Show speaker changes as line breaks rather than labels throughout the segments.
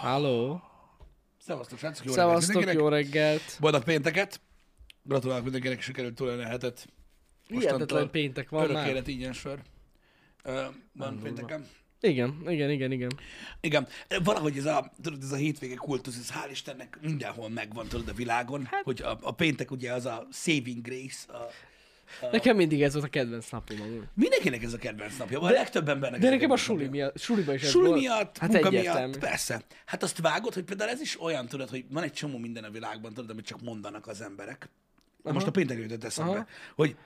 Halló!
Szevasztok, srácok, jó
Szevasztok,
mindenkinek.
jó reggelt!
Boldog pénteket. Gratulálok mindenkinek, sikerült túlélni a hetet.
Hihetetlen péntek van
Örök
már.
élet ingyen sör. Ö, van pénteken.
Igen, igen, igen, igen.
Igen, valahogy ez a, tudod, ez a hétvége kultusz, ez hál' Istennek mindenhol megvan, tudod, a világon, hát. hogy a, a, péntek ugye az a saving grace, a, Ah.
Nekem mindig ez volt a kedvenc napom amúgy.
mindenkinek ez a kedvenc napja, vagy a legtöbb embernek.
De
ez
nekem a
kedvenc
suli
napja.
miatt, suliba is ez
Suli
volt.
miatt, hát
hát
munka
egyértelmű.
miatt, persze. Hát azt vágod, hogy például ez is olyan, tudod, hogy van egy csomó minden a világban, tudod, amit csak mondanak az emberek. Aha. Most a péntek jutott eszembe, Aha.
Aha.
hogy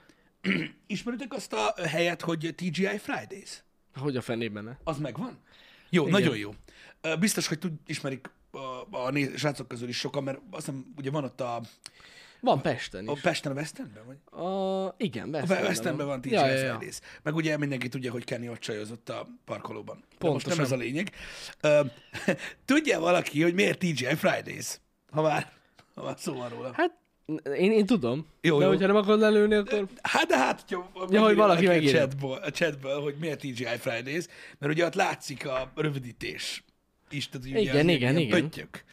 ismeritek azt a helyet, hogy TGI Fridays?
Hogy a fenében ne?
Az megvan? Jó, Igen. nagyon jó. Ö, Biztos, hogy tud, ismerik a, a néz, srácok közül is sokan, mert azt hiszem, ugye van ott a,
Van Pesten
a
is.
Pesten a West Endben, vagy?
A... Igen, Pesten.
Westernben van TGI ja, ja, ja. Fridays. Meg ugye mindenki tudja, hogy Kenny ott csajozott a parkolóban. De most nem
Pontosan.
ez a lényeg. Ö, tudja valaki, hogy miért TGI Fridays? Ha már, ha már szó van róla.
Hát én, én tudom.
Jó,
Jó, de
jó.
hogyha nem akarod lelőni, akkor...
Hát de hát, hogyha
Ja, hogy
megírja
valaki
a
megírja.
chatból, a chatből, hogy miért TGI Fridays, mert ugye ott látszik a rövidítés is, tehát ugye
Igen,
az
igen,
ilyen
igen.
Pöttyök.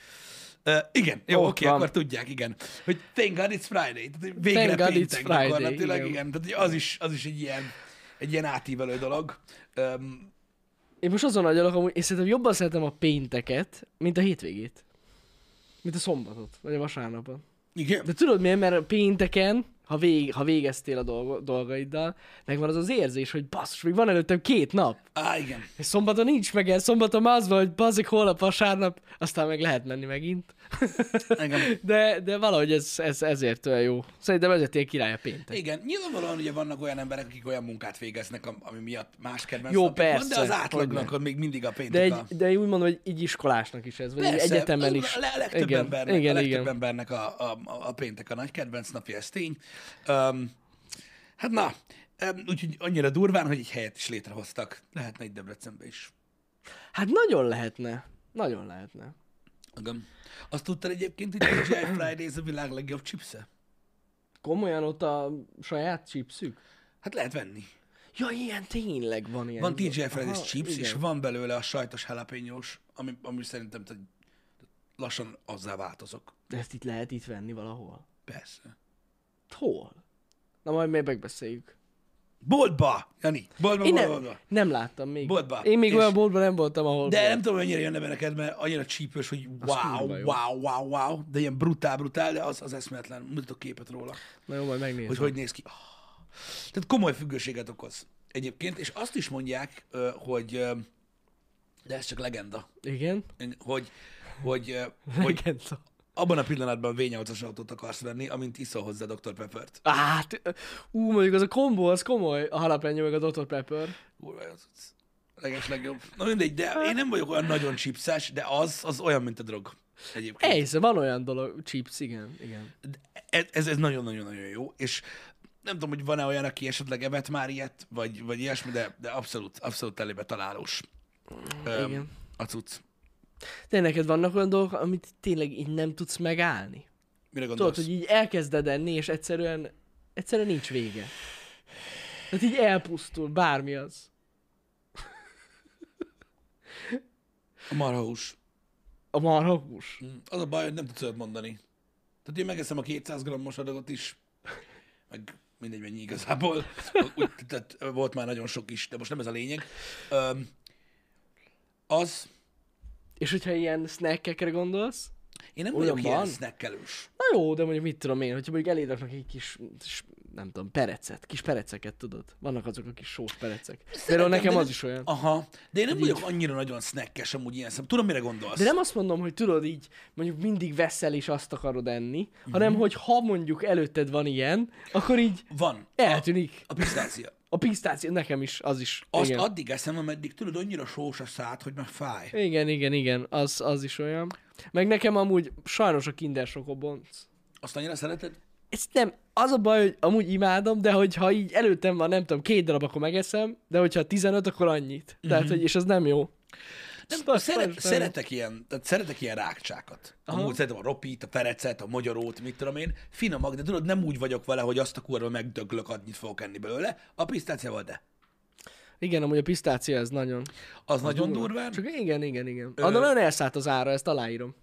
Uh, igen, jó,
Ott
oké,
van.
akkor tudják, igen. Hogy thank God it's Friday, tehát hogy végre
Thank God it's
péntek
Friday,
gyakorlatilag,
igen.
igen. igen. Tehát ugye az is, az is egy ilyen, egy ilyen átívelő dolog. Um,
Én most azon agyalok, amúgy, és szerintem jobban szeretem a pénteket, mint a hétvégét. Mint a szombatot, vagy a vasárnapot.
igen.
De tudod miért? Mert pénteken, ha, vég, ha végeztél a dolgo- dolgaiddal, megvan az az érzés, hogy basszus, még van előttem két nap.
Á, igen.
És szombaton nincs meg el, szombaton már az van, hogy bazzik holnap vasárnap, aztán meg lehet menni megint.
Igen.
De, de valahogy ez, ez ezért olyan jó. Szerintem ezért ilyen király a péntek.
Igen, nyilvánvalóan ugye vannak olyan emberek, akik olyan munkát végeznek, am- ami miatt más kedvenc
Jó,
napjuk van, de
persze,
az átlagnak
hogyne.
még mindig a péntek
De,
a...
egy, de úgy mondom, hogy így iskolásnak is ez, vagy így egyetemen
az
is.
A le- legtöbb
igen,
embernek,
igen,
a legtöbb
igen.
embernek a, a, a, a péntek a nagy kedvenc napja, ez tény. Um, hát na, um, úgyhogy annyira durván, hogy egy helyet is létrehoztak. Lehetne egy Debrecenbe is.
Hát nagyon lehetne. Nagyon lehetne.
Igen. Azt tudtad egyébként, hogy a Jack Fridays a világ legjobb chipsze?
Komolyan ott a saját chipsük?
Hát lehet venni.
Ja, ilyen tényleg van ilyen.
Van TGI Fridays
Aha,
chips,
igen.
és van belőle a sajtos jalapenyós, ami, ami szerintem tehát lassan azzá változok.
De ezt itt lehet itt venni valahol.
Persze.
Hol? Na majd még megbeszéljük.
Boltba! Jani, boltba,
Én
boltba,
nem,
boltba.
nem láttam még.
Boltba.
Én még
És-
olyan boltban nem voltam, ahol...
De
volt.
nem tudom, hogy annyira jönne be neked, mert annyira csípős, hogy wow,
kurva jó.
wow, wow, wow, de ilyen brutál, brutál, de az, az eszméletlen. Mutatok képet róla,
Na jó, majd megnézem.
hogy hogy néz ki. Tehát komoly függőséget okoz egyébként, és azt is mondják, ö, hogy ö, de ez csak legenda,
Igen?
hogy, hogy, ö, hogy
Igen. szó.
abban a pillanatban V8-as autót akarsz venni, amint iszol hozzá Dr. Peppert.
Á, t- Hát, ú, mondjuk az a kombó, az komoly. A jalapeno meg a Dr. Pepper.
Kurva, az az leges legjobb. Na mindegy, de én nem vagyok olyan nagyon csipszás, de az, az olyan, mint a drog. Egyébként.
Ejsze, szóval van olyan dolog, chips, igen, igen.
ez, ez- ez nagyon-nagyon-nagyon jó, és nem tudom, hogy van-e olyan, aki esetleg evett már ilyet, vagy, vagy ilyesmi, de, de abszolút, abszolút elébe találós. Öm,
igen.
a cucc.
De neked vannak olyan dolgok, amit tényleg így nem tudsz megállni.
Mire gondolsz?
Tudod, hogy így elkezded enni, és egyszerűen, egyszerűen nincs vége. Tehát így elpusztul, bármi az.
A marhahús.
A marhahús.
Mm, Az a baj, hogy nem tudsz olyat mondani. Tehát én megeszem a 200 g-os adagot is, meg mindegy mennyi igazából. Úgy, tehát volt már nagyon sok is, de most nem ez a lényeg. Öm, az,
És hogyha ilyen snackekre gondolsz,
én nem
Olyan
vagyok ilyen
van?
snackelős.
na jó, de mondjuk mit tudom én, hogyha mondjuk elédraknak egy kis, kis, nem tudom, perecet, kis pereceket, tudod? Vannak azok a kis sós perecek. Például
Szeretem,
nekem
de
az
nem-
is olyan.
Aha, de én nem vagyok annyira nagyon snackes amúgy ilyen szem. Tudom, mire gondolsz.
De nem azt mondom, hogy tudod így, mondjuk mindig veszel és azt akarod enni, hanem hogy ha mondjuk előtted van ilyen, akkor így
Van.
eltűnik.
A pisztácia.
A pisztácia, nekem is, az is.
Azt
igen.
addig eszem, ameddig tudod, annyira sós a szád, hogy már fáj.
Igen, igen, igen, az, az is olyan. Meg nekem amúgy sajnos a kinder sokobonc.
Azt annyira szereted?
Ez nem, az a baj, hogy amúgy imádom, de hogyha így előttem van, nem tudom, két darab, akkor megeszem, de hogyha 15, akkor annyit. Tehát, hogy, és az nem jó.
Mhm. Nem,
Azt
szeret,
sajnos nem.
szeretek, ilyen, tehát szeretek ilyen rákcsákat. Amúgy szeretem a ropit, a perecet, a magyarót, mit tudom én. Finomak, de tudod, nem úgy vagyok vele, hogy azt a kurva megdöglök, annyit fogok enni belőle. A pisztáciával de.
Igen, amúgy a pisztácia ez nagyon.
Az nagyon
durva.
durván.
Csak igen, igen, igen. Ö... Annak nagyon elszállt az ára, ezt aláírom.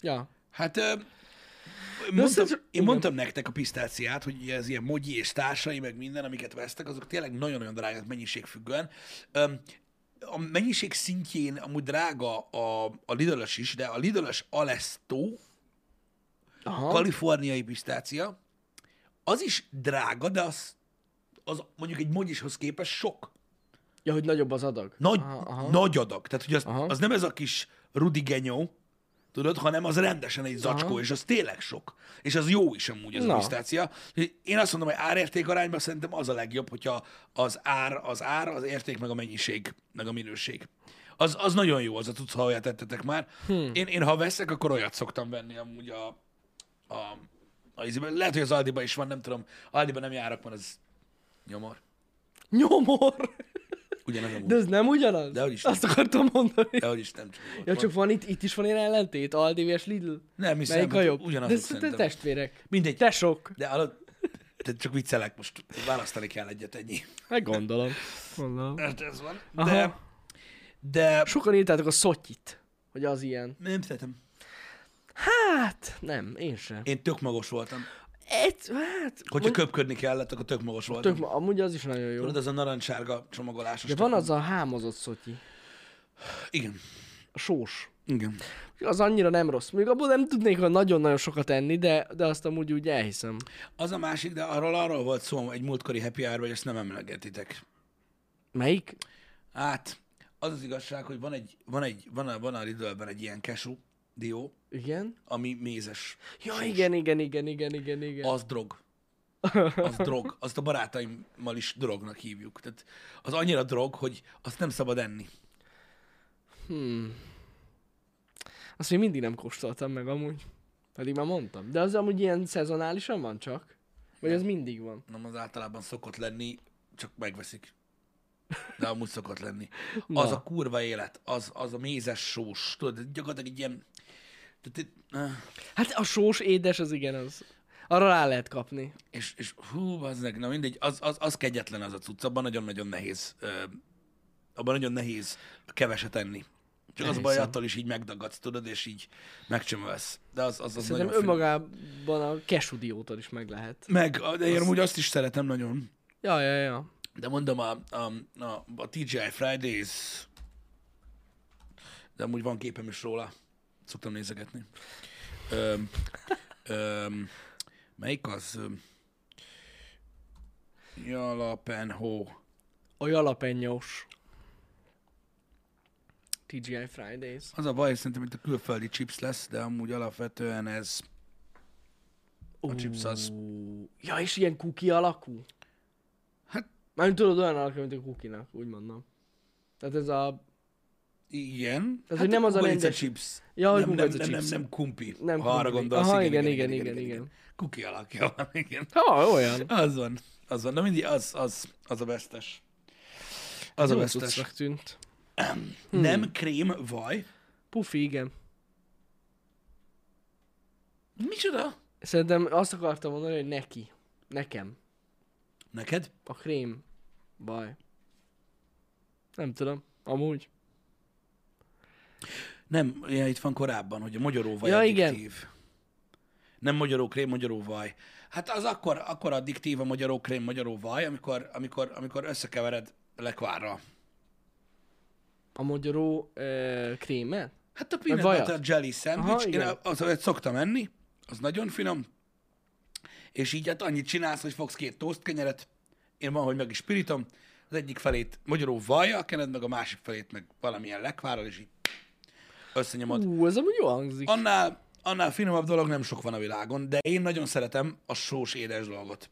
Ja.
Hát ö, mondtam,
szerintem-
én mondtam nektek a pisztáciát, hogy ez ilyen mogyi és társai, meg minden, amiket vesztek, azok tényleg nagyon-nagyon drágák mennyiségfüggően. Ö, a mennyiség szintjén amúgy drága a, a lidl is, de a lidl Alesto,
Aha.
kaliforniai pisztácia, az is drága, de az, az mondjuk egy mogyishoz képest sok.
Ja, hogy nagyobb az adag.
Nagy,
Aha, aha.
nagy adag. Tehát, hogy az,
Aha.
az nem ez a kis rudi genyó, tudod, hanem az rendesen egy zacskó,
Aha.
és az tényleg sok. És az jó is amúgy az
Na.
a pisztácia. Úgyhogy Én azt mondom, hogy árérték arányban szerintem az a legjobb, hogyha az ár, az ár, az érték, meg a mennyiség, meg a minőség. Az, az nagyon jó, az a tudsz, ha olyat tettetek már.
Hmm.
Én, én, ha veszek, akkor olyat szoktam venni amúgy a, a, a izében. Lehet, hogy az Aldiba is van, nem tudom. Aldiba nem járok, mert az nyomor.
Nyomor!
Ugyanaz amúgy.
De
De...
ez nem ugyanaz?
Dehogy is nem.
Azt akartam mondani.
Dehogy is nem csak.
Ja, csak van itt, itt is van ilyen ellentét, Aldi és Lidl.
Nem hiszem,
Melyik a
hogy
jobb?
ugyanazok
De
szerintem.
szerintem testvérek.
Mindegy.
Te sok.
De alatt, te csak viccelek, most választani kell egyet, ennyi.
Meg gondolom. gondolom.
Hát ez van.
Aha.
De, de
Sokan írtátok a szotyit, hogy az ilyen.
nem szeretem.
Hát, nem, én sem.
Én tök magos voltam.
Egy, hát,
Hogyha köpködni kellett, akkor tök magos voltam.
tök, ma- amúgy az is nagyon jó.
Tudod, az a narancsárga csomagolásos.
De
tök-
van az a hámozott szotyi,
Igen.
a sós.
Igen.
Az annyira nem rossz. Még abból nem tudnék hogy nagyon-nagyon sokat enni, de, de azt amúgy úgy elhiszem.
Az a másik, de arról arról volt szó egy múltkori happy hour hogy ezt nem emlegetitek.
Melyik?
Hát, az az igazság, hogy van egy, van egy, van a, van a Lidlben egy ilyen kesu dió,
Igen?
ami mézes.
Ja,
sós.
igen, igen, igen, igen, igen, igen.
Az drog. Az drog. Azt a barátaimmal is drognak hívjuk. Tehát az annyira drog, hogy azt nem szabad enni.
Azt még mindig nem kóstoltam meg amúgy. Pedig már mondtam. De az amúgy ilyen szezonálisan van csak? Vagy az mindig van?
Nem az általában szokott lenni, csak megveszik. De amúgy szokott lenni.
Na.
Az a kurva élet, az, az a mézes sós, tudod, gyakorlatilag egy ilyen... Tehát, itt- ah,
Hát a sós édes az igen az. Arra rá lehet kapni.
és, és hú, az na mindegy, az, az, az kegyetlen az a cucc, abban nagyon-nagyon nehéz, ö, abban nagyon nehéz keveset enni. Csak az a baj,
Elhiszem.
attól is így megdagadsz, tudod, és így megcsömölsz. De az, az, az
Szerintem
nagyon finom.
önmagában a kesudiótól is meg lehet.
Meg, de én amúgy azt is szeretem nagyon.
Ja, ja, ja.
De mondom, a, a, a, a TGI Fridays, de amúgy van képem is róla, szoktam nézegetni. Öm, öm, melyik az? Öm, Jalapenhó.
A jalapenyós. TGI Fridays.
Az a baj, szerintem itt a külföldi chips lesz, de amúgy alapvetően ez a chips az.
Ja, és ilyen kuki alakú?
Hát
Már tudod olyan alakú, mint a kukinak, úgy mondom. Tehát ez a...
igen.
hogy
hát
nem az a
kukorica
rendes-
chips.
Ja, hogy
nem, nem,
kukorica
nem, nem,
chips.
nem kumpi,
Nem
ha arra
kumpli.
gondolsz.
Aha, igen, igen, igen,
Kuki alakja van, igen.
Ha, olyan.
Az van, az van. Na mindig az, az, az a vesztes. Az a
Jó
vesztes. Hmm.
cuccnak tűnt.
Nem krém, vaj.
Pufi, igen.
Micsoda?
Szerintem azt akartam mondani, hogy neki. Nekem.
Neked?
A krém. Baj. Nem tudom. Amúgy.
Nem, ja, itt van korábban, hogy a magyaró vaj
Ja,
addiktív. Nem magyaró krém, magyaró vaj. Hát az akkor, akkor addiktív a magyaró krém, magyaró vaj, amikor, amikor, amikor összekevered lekvárral.
A magyaró ö, kréme?
Hát a
Meg
peanut
vajat.
butter jelly
Aha,
szendvics, én
igen.
az, olyat szoktam enni, az nagyon finom, és így hát annyit csinálsz, hogy fogsz két tosztkenyeret, én van, hogy meg is pirítom, az egyik felét magyarul vajjal kened, meg a másik felét meg valamilyen lekvárral, és így összenyomod.
Ú, ez amúgy jó hangzik.
Annál, annál finomabb dolog nem sok van a világon, de én nagyon szeretem a sós édes dolgot.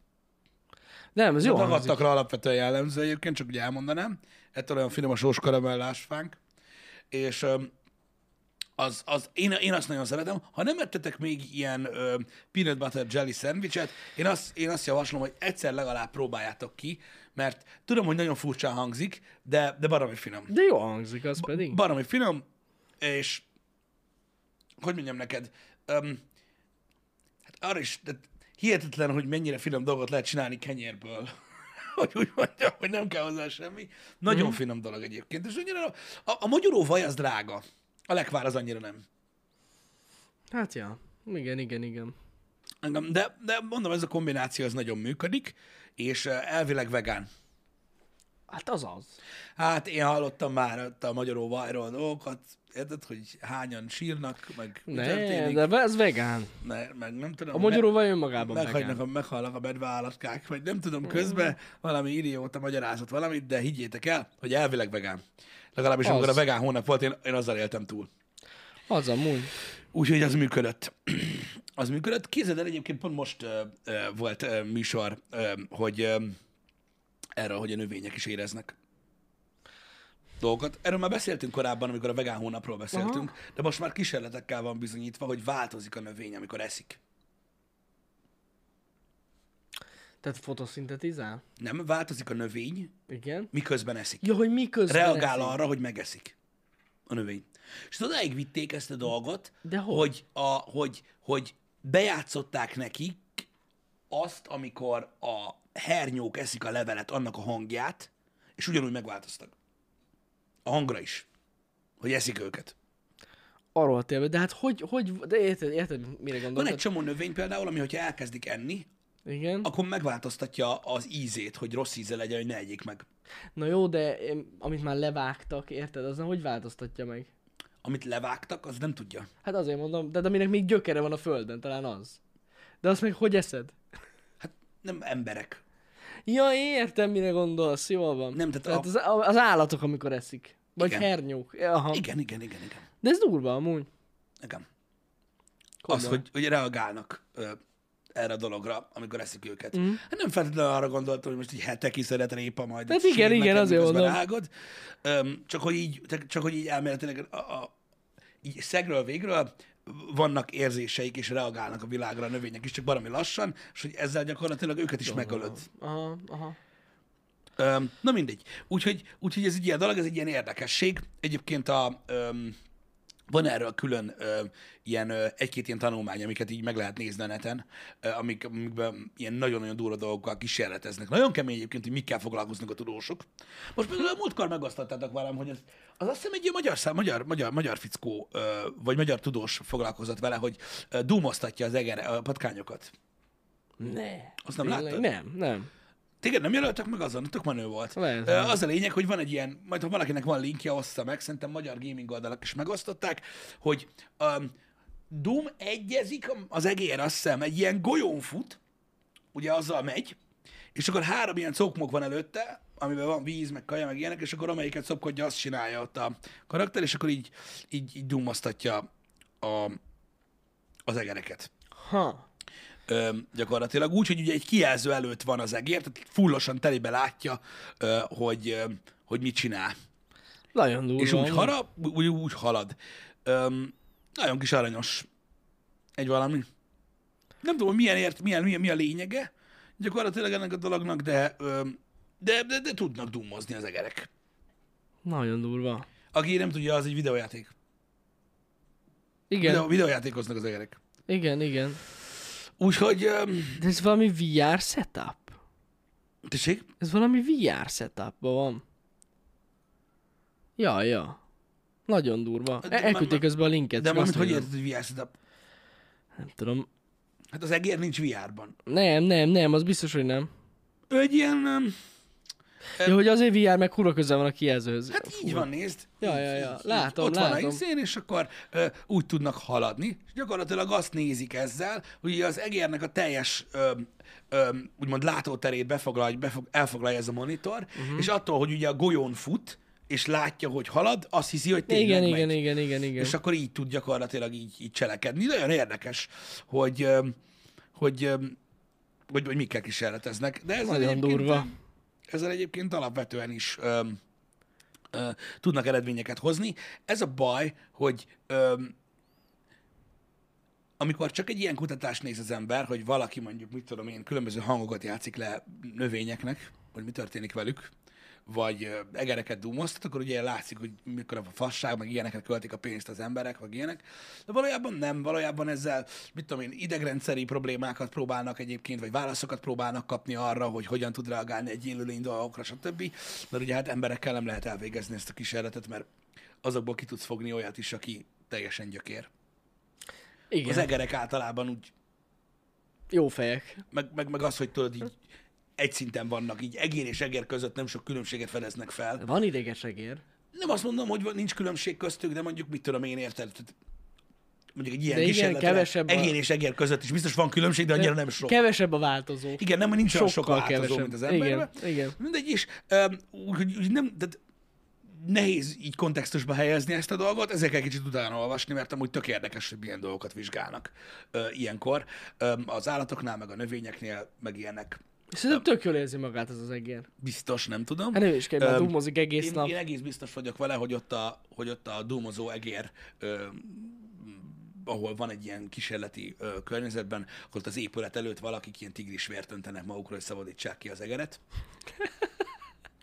Nem, ez jó hangzik.
Dagadtakra alapvetően jellemző egyébként, csak ugye elmondanám. Ettől olyan finom a sós karamellás fánk. És öm, az, az, én, én azt nagyon szeretem. Ha nem ettetek még ilyen ö, peanut butter jelly szendvicset, én azt, én azt javaslom, hogy egyszer legalább próbáljátok ki, mert tudom, hogy nagyon furcsán hangzik, de, de baromi finom.
De jó hangzik az pedig.
Baromi finom, és hogy mondjam neked, öm, hát arra is, tehát hihetetlen, hogy mennyire finom dolgot lehet csinálni kenyérből. hogy úgy mondjam, hogy nem kell hozzá semmi. Nagyon mm. finom dolog egyébként. És annyira, a, a magyaró vaj az drága. A lekvár az annyira nem.
Hát ja, igen, igen, igen.
Engem, de, de mondom, ez a kombináció az nagyon működik, és eh, elvileg vegán.
Hát az az.
Hát én hallottam már ott a magyaró vajról dolgokat, érted, hogy hányan sírnak, meg mi
Ne,
történik,
de ez vegán.
ne, meg nem tudom.
A
me-
magyaróval önmagában
meghagynak
vegán.
a, meghalnak a medveállatkák, vagy nem tudom,
Mm.
közben valami idióta magyarázott valamit, de higgyétek el, hogy elvileg vegán. Legalábbis
Az.
amikor a vegán hónap volt, én, én azzal éltem túl.
Az amúgy.
Úgyhogy az működött. Az működött. Képzeld el, egyébként pont most ö, ö, volt ö, műsor, ö, hogy ö, erről, hogy a növények is éreznek dolgokat. Erről már beszéltünk korábban, amikor a vegán hónapról beszéltünk, Aha. de most már kísérletekkel van bizonyítva, hogy változik a növény, amikor eszik.
Tehát fotoszintetizál?
Nem változik a növény,
Igen.
miközben eszik.
Ja, hogy miközben
reagál
eszik.
arra, hogy megeszik a növény. És odáig vitték ezt a dolgot,
De hogy?
hogy, a, hogy, hogy bejátszották nekik azt, amikor a hernyók eszik a levelet, annak a hangját, és ugyanúgy megváltoztak. A hangra is. Hogy eszik őket.
Arról télve, de hát hogy, hogy, de érted, érted mire
Van
gondoltad?
egy csomó növény például, ami, hogyha elkezdik enni,
Igen.
akkor megváltoztatja az ízét, hogy rossz íze legyen, hogy ne egyék meg.
Na jó, de em, amit már levágtak, érted, az nem hogy változtatja meg?
Amit levágtak, az nem tudja.
Hát azért mondom, de aminek még gyökere van a földön, talán az. De azt meg hogy eszed?
Hát nem emberek.
Ja, értem, mire gondolsz, jól van.
Nem, tehát
tehát
a-
az, a- az állatok, amikor eszik. Vagy
Igen.
Igen. hernyók. Aha. Igen.
Igen, igen, igen, igen.
De ez durva amúgy.
Igen.
Komoly.
az, hogy, hogy reagálnak ö, erre a dologra, amikor eszik őket. Mm. Hát nem feltétlenül arra gondoltam, hogy most így hetekig szeret répa majd.
Hát
sír
igen, igen,
neked,
azért
miközben
mondom.
Rágod. Öm, csak, hogy így, te- csak hogy így elméletileg a, a, így szegről végről vannak érzéseik, és reagálnak a világra a növények is, csak valami lassan, és hogy ezzel gyakorlatilag őket is megölöd.
Aha, aha.
Öm, na mindegy. Úgyhogy, úgyhogy ez egy ilyen dolog, ez egy ilyen érdekesség. Egyébként a, öm, van erről külön ö, ilyen ö, egy-két ilyen tanulmány, amiket így meg lehet nézni a neten, ö, amik, amikben ilyen nagyon-nagyon durva dolgokkal kísérleteznek. Nagyon kemény egyébként, hogy mikkel foglalkoznak a tudósok. Most például a múltkor megosztottátok velem, hogy ez, az azt hiszem egy ilyen magyar, szám, magyar, magyar, magyar fickó, ö, vagy magyar tudós foglalkozott vele, hogy ö, dúmoztatja az egere, a patkányokat.
Ne.
Azt nem
Tényleg?
láttad?
Nem, nem.
Téged nem jelöltek meg azon, tök menő volt.
Lehet,
Ö,
lehet.
Az a lényeg, hogy van egy ilyen, majd ha valakinek van linkje, ossza meg, szerintem magyar gaming oldalak is megosztották, hogy um, Doom egyezik az egér, azt hiszem, egy ilyen golyón fut, ugye azzal megy, és akkor három ilyen cokmok van előtte, amiben van víz, meg kaja, meg ilyenek, és akkor amelyiket szopkodja, azt csinálja ott a karakter, és akkor így, így, így dumoztatja a, az egereket
Ha.
ö, gyakorlatilag. Úgy, hogy ugye egy kijelző előtt van az egér, tehát fullosan telibe látja, ö, hogy, ö, hogy mit csinál.
Nagyon durva.
És úgy,
amúgy.
harab, úgy, úgy halad. Ö, nagyon kis aranyos. Egy valami. Nem tudom, hogy milyen ért, milyen, milyen, mi a lényege gyakorlatilag ennek a dolognak, de, ö, de, de, de tudnak dummozni az egerek.
Nagyon durva.
Aki nem tudja, az egy videójáték.
Igen,
Videó, videójátékoznak az egerek.
igen, igen.
Úgyhogy, ö,
De ez valami VR setup.
tessék,
Ez valami VR setupban van. Ja, ja. Nagyon durva.
De
E- Elküldték
már-
közben a linket.
de
csak
most
azt
hogy
nézem.
érted, hogy VR setup?
Nem tudom.
Hát az egér nincs VR-ban.
Nem, nem, nem, az biztos, hogy nem.
Ő egy ilyen... öm,
Ja, hogy azért VR meg kurva közel van a kijelzőhöz.
Hát így van, nézd.
Ja,
Így,
ja,
így,
ja.
így.
Látom,
Ott van a
látom.
izén, és akkor ö, úgy tudnak haladni. És gyakorlatilag azt nézik ezzel, hogy ugye az egérnek a teljes ö, ö, úgymond látóterét befoglalja, befog, elfoglalja ez a monitor, uh-huh.
Mhm.
és attól, hogy ugye a golyón fut, és látja, hogy halad, azt hiszi, hogy tényleg
Igen,
megy.
igen, igen, igen, igen.
És akkor így tud gyakorlatilag így, így cselekedni. Nagyon érdekes, hogy, öm, hogy, öm, hogy, hogy mikkel kísérleteznek. De ez
Nagyon durva.
Ezzel egyébként alapvetően is öm, ö, tudnak eredményeket hozni. Ez a baj, hogy öm, amikor csak egy ilyen kutatást néz az ember, hogy valaki mondjuk, mit tudom én, különböző hangokat játszik le növényeknek, hogy mi történik velük, vagy ö, egereket dúmoztat, akkor ugye látszik, hogy mikor a fasság, meg ilyeneket költik a pénzt az emberek, meg ilyenek. De valójában nem, valójában ezzel, mit tudom én, idegrendszeri problémákat próbálnak egyébként, vagy válaszokat próbálnak kapni arra, hogy hogyan tud reagálni egy élőlény dolgokra, stb. Mert ugye hát emberekkel nem lehet elvégezni ezt a kísérletet, mert azokból ki tudsz fogni olyat is, aki teljesen gyökér.
Igen,
Az egerek általában úgy
jó fejek.
meg, meg, meg az, hogy tudod, így egy szinten vannak, így egér és egér között nem sok különbséget fedeznek fel.
Van ideges egér.
Nem azt mondom, hogy van- nincs különbség köztük, de mondjuk mit tudom én érted, tehát mondjuk egy ilyen
De igen,
kísérletre
kevesebb a-
egér és egér között is biztos van különbség, de annyira nem sok.
Kevesebb a változó.
Igen, nem, nincs olyan sok
Sokkal
változó,
kevesebb.
mint az emberben.
Igen, igen.
Mindegy is, öm, úgyhogy úgy nem, tehát nehéz így kontextusba helyezni ezt a dolgot, ezért kell kicsit utána olvasni, mert amúgy tök érdekes, hogy milyen dolgokat vizsgálnak ö, ilyenkor. Öm, az állatoknál, meg a növényeknél, meg ilyenek.
Szerintem tök jól érzi magát az az egér.
Biztos, nem tudom.
Hát nem is kell, mert
Öm,
dumozik egész
én,
nap.
én egész biztos vagyok vele, hogy ott a, hogy ott a dúmozó egér, ö, ahol van egy ilyen kísérleti ö, környezetben, ott az épület előtt valakik ilyen tigrisvért öntenek magukra, hogy szabadítsák ki az egeret.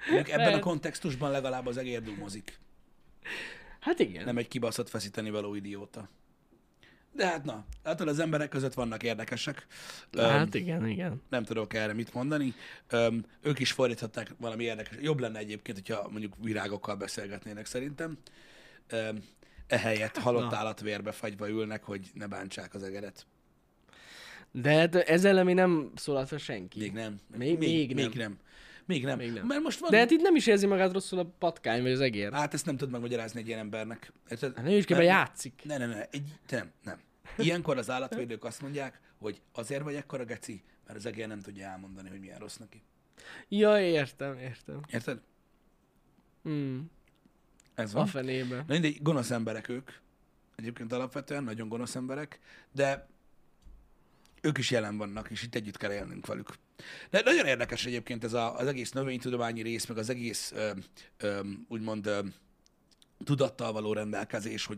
Mondjuk ebben a
Lehet.
kontextusban legalább az egér dúmozik.
Hát igen.
Nem egy kibaszott feszíteni való idióta. De hát na, által az emberek között vannak érdekesek. Öm,
Hát igen, igen.
nem tudok erre mit mondani. Öm, ők is fordíthatták valami érdekes. Jobb lenne egyébként, hogyha mondjuk virágokkal beszélgetnének szerintem. Öm, ehelyett halott
na.
állatvérbe fagyva ülnek, hogy ne bántsák az egeret.
De hát ezzel ellen még nem szólalt fel senki.
Még nem.
Még- még
még
nem.
nem. Még nem.
Még nem.
Mert most van...
De hát itt nem is érzi magát rosszul a patkány vagy az egér. Hát
Hát ezt nem tudod megmagyarázni egy ilyen embernek. Érted?
nem is kell,
Mert-
mert játszik.
Ne, ne, ne. Egy, te nem, nem. Ilyenkor az állatvédők azt mondják, hogy azért vagy ekkora geci, mert az egér nem tudja elmondani, hogy milyen rossz neki.
Ja, értem, értem.
Érted?
Mm,
Ez
a
van.
fenébe.
Na mindegy, gonosz emberek ők. Egyébként alapvetően nagyon gonosz emberek, de ők is jelen vannak, és itt együtt kell élnünk velük. De nagyon érdekes egyébként ez a, az egész növénytudományi rész, meg az egész ö, ö, úgymond ö, tudattal való rendelkezés, hogy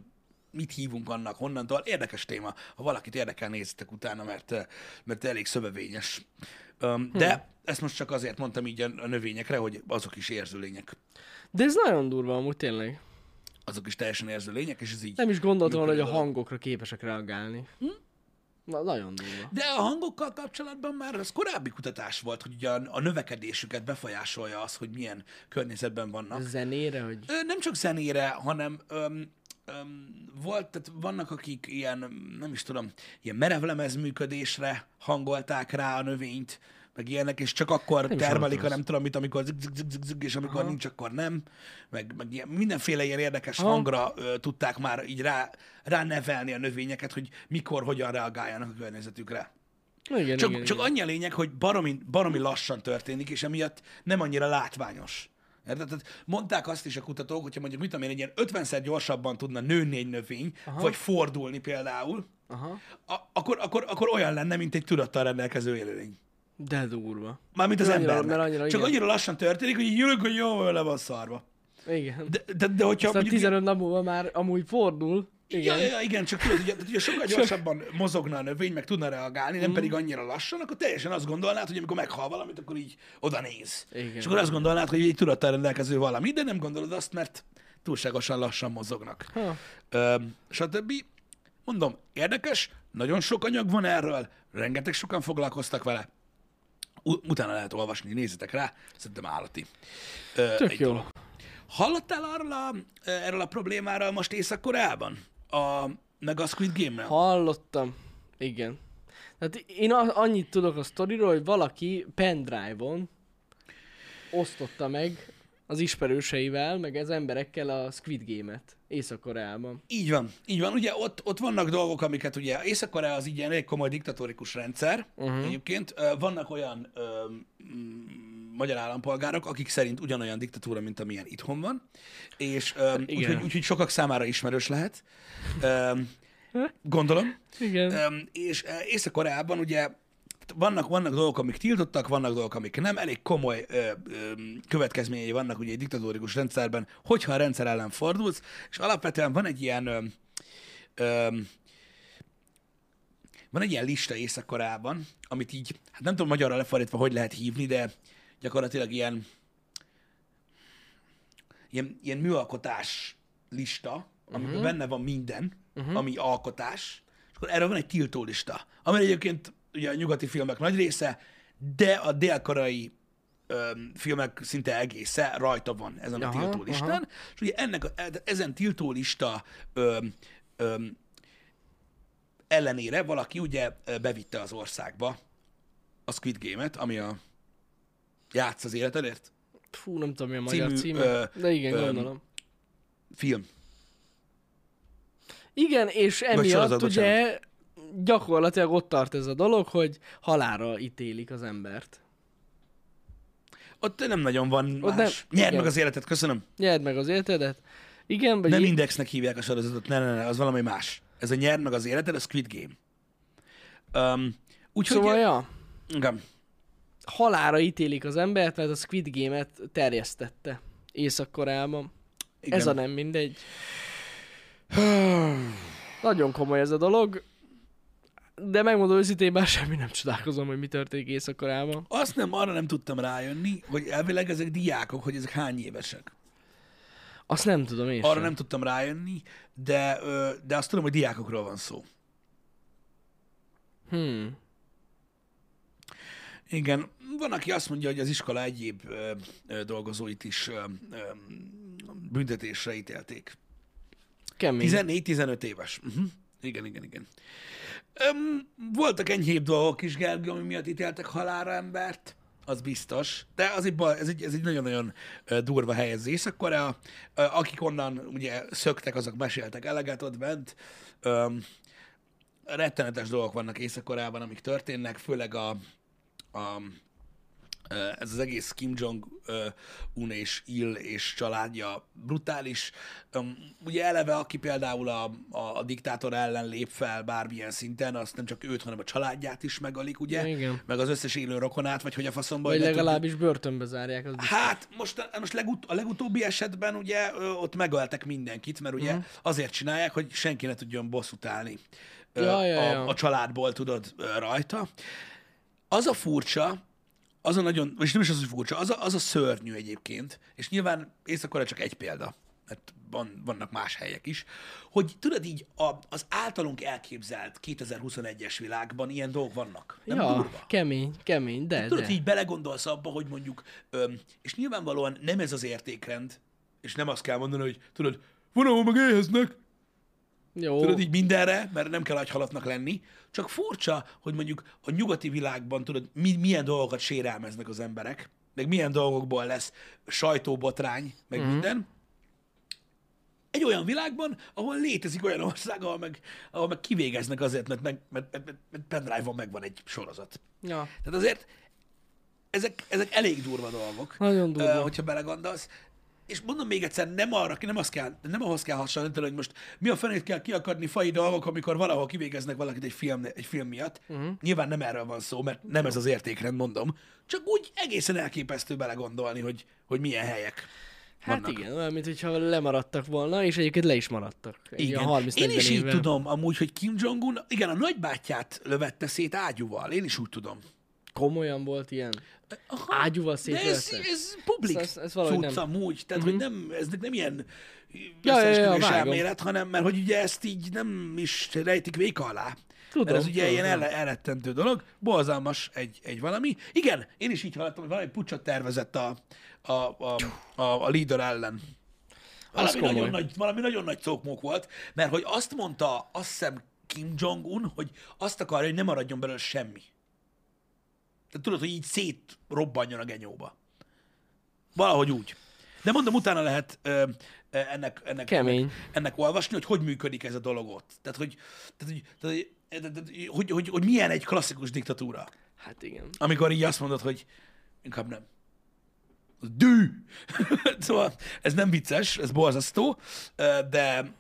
mit hívunk annak, honnantól. Érdekes téma. Ha valakit érdekel, nézzetek utána, mert, ö, mert elég szövevényes. Öm, De ezt most csak azért mondtam így a a növényekre, hogy azok is érző lények.
De ez nagyon durva amúgy tényleg.
Azok is teljesen érző lények, és ez így
Nem is gondoltam volna, hogy a
Működik. Hm?
hangokra képesek reagálni. Na, nagyon durva.
De a hangokkal kapcsolatban már az korábbi kutatás volt, hogy ugye a, a növekedésüket befolyásolja az, hogy milyen környezetben vannak.
Zenére, hogy...
Ö, nem csak zenére, hanem öm, öm, volt, tehát vannak, akik ilyen, nem is tudom, ilyen merevlemez működésre hangolták rá a növényt, meg ilyenek, és csak akkor
is
termelik
hallottam
a nem tudom mit, amikor zig, zig, zig, zig, zig és amikor nincs, akkor nem, meg, meg ilyen, mindenféle ilyen érdekes
Aha.
hangra ö, tudták már így rá, rá nevelni a növényeket, hogy mikor, hogyan reagáljanak a környezetükre.
Na, igen,
Csak,
igen,
csak
igen.
annyi a lényeg, hogy baromi, baromi lassan történik, és emiatt nem annyira látványos. Érted? Tehát mondták azt is a kutatók, hogyha mondjuk mit tudom én, egy ilyen 50-szer gyorsabban tudna nőni egy növény, Aha. vagy fordulni például,
Aha.
a, akkor, akkor, akkor olyan lenne, mint egy tudattal rendelkező élőlény.
De durva.
Mármint az
Annyira-
embernek.
mert annyira,
Csak
igen.
annyira lassan történik, hogy így ülök, hogy jó, le van szarva.
Igen.
De, de, de hogyha...
Aztán
mondjuk-
15 nap múlva már amúgy fordul.
igen. Ja,
Igen.
ja, igen, csak Mm. tudod, ugye, tehát ugye sokkal gyorsabban mozogna a növény, meg tudna reagálni, nem pedig annyira lassan, akkor teljesen azt gondolnád, hogy amikor meghal valamit, akkor így oda néz.
Igen.
És akkor azt gondolnád, hogy egy tudattal rendelkező valami, de nem gondolod azt, mert túlságosan lassan mozognak.
Ha.
Öm, stb. Mondom, érdekes, nagyon sok anyag van erről, rengeteg sokan foglalkoztak vele. U- utána lehet olvasni, nézzetek rá, szerintem állati. Ö,
Tök
egy
jó.
dolog. Hallottál arról a, erről a problémáról most Észak-Koreában? A, meg a Squid game ha...
Hallottam. Igen. Tehát én a- annyit tudok a sztoriról, hogy valaki pendrive-on osztotta meg az ismerőseivel, meg az emberekkel a Squid Game-et Észak-Koreában.
Így van, így van. Ugye ott, ott vannak dolgok, amiket ugye Észak-Korea az így ilyen elég komoly diktatórikus rendszer uh-huh. egyébként. Ö, Vannak olyan ö, mm, magyar állampolgárok, akik szerint ugyanolyan diktatúra, mint amilyen itthon van, és ö,
Igen.
úgyhogy úgy, sokak számára ismerős lehet. Ö, gondolom.
Igen.
Öm, és eh, Észak-Koreában ugye vannak, vannak dolgok, amik tiltottak, vannak dolgok, amik nem. Elég komoly ö, ö, következményei vannak ugye egy diktatórikus rendszerben, hogyha a rendszer ellen fordulsz, és alapvetően van egy ilyen ö, ö, van egy ilyen lista Észak-Koreában, amit így, hát nem tudom magyarra lefordítva, hogy lehet hívni, de gyakorlatilag ilyen ilyen, ilyen műalkotás lista, amiben
Mhm.
uh-huh. benne van minden, uh-huh. ami alkotás, és akkor erre van egy tiltólista, amely egyébként ugye a nyugati filmek nagy része, de a délkorai öm, filmek szinte egésze rajta van ezen a
Aha,
tiltólistán, és ugye ennek a, e- ezen tiltólista öm, öm, ellenére valaki ugye ö, bevitte az országba a Squid Game-et, ami a Játsz az életedért
Fú, nem tudom mi a magyar
Című,
címe.
ö,
de igen,
ö,
gondolom.
film.
Igen, és emiatt
sorozat,
ugye gyakorlatilag ott tart ez a dolog, hogy halára ítélik az embert.
Ott nem nagyon van
Ott
más.
nem-
Nyerd
igen.
meg az életet, köszönöm.
Nyerd meg az életedet. Igen, vagy
Nem
í-
Indexnek hívják a sorozatot, ne, ne, ne, az valami más. Ez a Nyerd meg az életed, a Squid Game. Um, úgyhogy...
Szóval, ja,
Igen.
halára ítélik az embert, mert a Squid Game-et terjesztette Észak-Koreában.
igen.
Ez a nem mindegy. Nagyon komoly ez a dolog. De megmondom őszintén, már semmi nem csodálkozom, hogy mi történik Észak-Koreában.
Azt nem, arra nem tudtam rájönni, hogy elvileg ezek diákok, hogy ezek hány évesek.
Azt nem tudom én
Arra
sem.
nem tudtam rájönni, de, ö, de azt tudom, hogy diákokról van szó.
Hmm.
Igen, van, aki azt mondja, hogy az iskola egyéb ö, ö, dolgozóit is ö, ö, büntetésre ítélték.
Kemény.
14-15 éves. Uh-huh. Igen, igen, igen. Öm, voltak enyhébb dolgok is, Gergő, ami miatt ítéltek halára embert, az biztos. De az egy, baj- ez egy, ez egy nagyon-nagyon ö, durva hely ez Észak-Korea. Ö, Akik onnan ugye szöktek, azok meséltek eleget ott bent. Öm, rettenetes dolgok vannak Észak-Koreában, amik történnek, főleg a, a Ö, ez az egész Kim Jong-un és Il és családja brutális. Öm, Ugye eleve, aki például a, a, a diktátor ellen lép fel bármilyen szinten, azt nem csak őt, hanem a családját is megalik, ugye?
Igen.
Meg az összes élő rokonát, vagy hogy a faszomba...
Vagy
hogy ne
legalábbis börtönbe zárják. Az biztos.
Hát most, most legut- a legutóbbi esetben ugye ö, ott megöltek mindenkit, mert
Mhm.
ugye azért csinálják, hogy senki ne tudjon bosszút állni ö,
Ja, ja,
a,
ja.
a családból, tudod, ö, rajta. Az a furcsa, az a nagyon, és nem is az, hogy furcsa, az a, az a szörnyű egyébként, és nyilván észak csak egy példa, mert van, vannak más helyek is, hogy tudod így a, az általunk elképzelt 2021-es világban ilyen dolgok vannak. Nem
ja,
durva?
kemény, kemény, de,
Tudod,
de.
így belegondolsz abba, hogy mondjuk, öm, és nyilvánvalóan nem ez az értékrend, és nem azt kell mondani, hogy tudod, van, ahol meg éheznek,
Jó.
tudod így mindenre, mert nem kell agyhalatnak lenni, csak furcsa, hogy mondjuk a nyugati világban, tudod, mi, milyen dolgokat sérelmeznek az emberek, meg milyen dolgokból lesz sajtóbotrány, meg mm-hmm. minden. Egy olyan világban, ahol létezik olyan ország, ahol meg, ahol meg kivégeznek azért, mert, meg, mert, mert, mert, mert pendrive-on megvan egy sorozat.
Ja.
Tehát azért ezek, ezek elég durva dolgok.
Nagyon durva.
ö, hogyha belegondolsz. És mondom még egyszer, nem arra, nem, az kell, nem ahhoz kell hasonlítani, hogy most mi a fenét kell kiakadni fai dolgok, amikor valahol kivégeznek valakit egy film, egy film miatt.
Mhm.
Uh-huh. Nyilván nem erről van szó, mert nem ez az értékrend, mondom. Csak úgy egészen elképesztő belegondolni, hogy, hogy milyen helyek.
Hát
vannak.
igen, olyan, mint hogyha lemaradtak volna, és egyébként le is maradtak. Egy ilyen 30
Én is így
évvel.
tudom amúgy, hogy Kim Jong-un, igen, a nagybátyját lövette szét ágyúval. Én is úgy tudom.
Komolyan volt ilyen.
Aha.
Ágyúval
De ez,
szétöltek.
ez publik
Ez-
ez,
ez- ez
ez
valahogy
cucc
nem.
amúgy, tehát hogy nem, ez nem ilyen
Mhm. ja, ja,
összeesküvés
vágom.
elmélet, hanem mert hogy ugye ezt így nem is rejtik vék alá.
Tudom,
mert ez ugye
tudom,
ilyen
tudom.
el, elrettentő dolog, borzalmas egy, egy valami. Igen, én is így hallottam, hogy valami pucsot tervezett a, a, a, a, a líder ellen. Valami
komoly.
nagyon, nagy, valami nagyon nagy cokmók volt, mert hogy azt mondta, azt hiszem Kim Jong-un, hogy azt akarja, hogy nem maradjon belőle semmi. Tehát tudod, hogy így szétrobbanjon a genyóba. Valahogy úgy. De mondom, utána lehet ö, ö, ennek, ennek,
Kemény.
ennek, ennek olvasni, hogy hogy működik ez a dolog ott. Tehát, hogy, tehát, hogy, tehát, hogy- tehát, hogy, hogy, hogy, hogy milyen egy klasszikus diktatúra,
Hát igen.
amikor így azt mondod, hogy inkább nem. Az Dű! szóval ez nem vicces, ez borzasztó, ö, de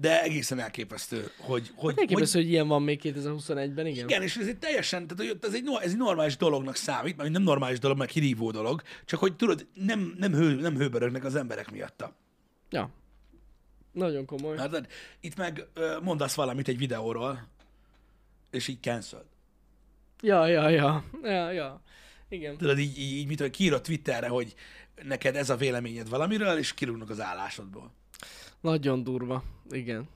de egészen elképesztő, hogy, hogy, hogy,
Hát Elképesztő, hogy... hogy ilyen van még 2021-ben, igen.
igen, és ez egy teljesen, tehát hogy ez egy, no- ez egy normális dolognak számít, mert nem normális dolog, meg kirívó dolog, csak hogy tudod, nem, nem, hő, nem hőbörögnek az emberek miatta.
Ja. Nagyon komoly. Hát...
Hát, itt meg ö, mondasz valamit egy videóról, és így cancel.
Ja, ja, ja. Ja, ja. Igen.
Tudod, így, így, így mit, hogy kiírod Twitterre, hogy neked ez a véleményed valamiről, és kirúgnak az állásodból.
Nagyon durva. Igen.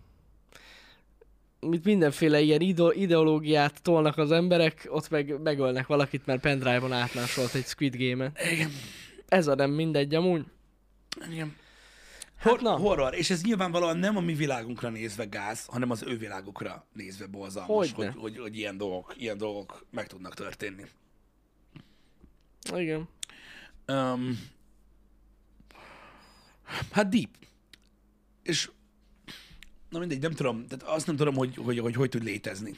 Mit mindenféle ilyen ide- ideológiát tolnak az emberek, ott meg megölnek valakit, mert pendrive-on átmásolt egy Squid Game-et.
Igen.
Ez a nem mindegy amúgy.
Igen.
Hát
Hor-
na.
horror, és ez nyilvánvalóan nem a mi világunkra nézve gáz, hanem az ő világukra nézve borzalmas,
Hogyne.
hogy, hogy, hogy ilyen, dolgok, ilyen dolgok meg tudnak történni.
Igen.
Um, hát deep. És na mindegy, nem tudom, tehát azt nem tudom, hogy hogy, hogy, hogy tud létezni.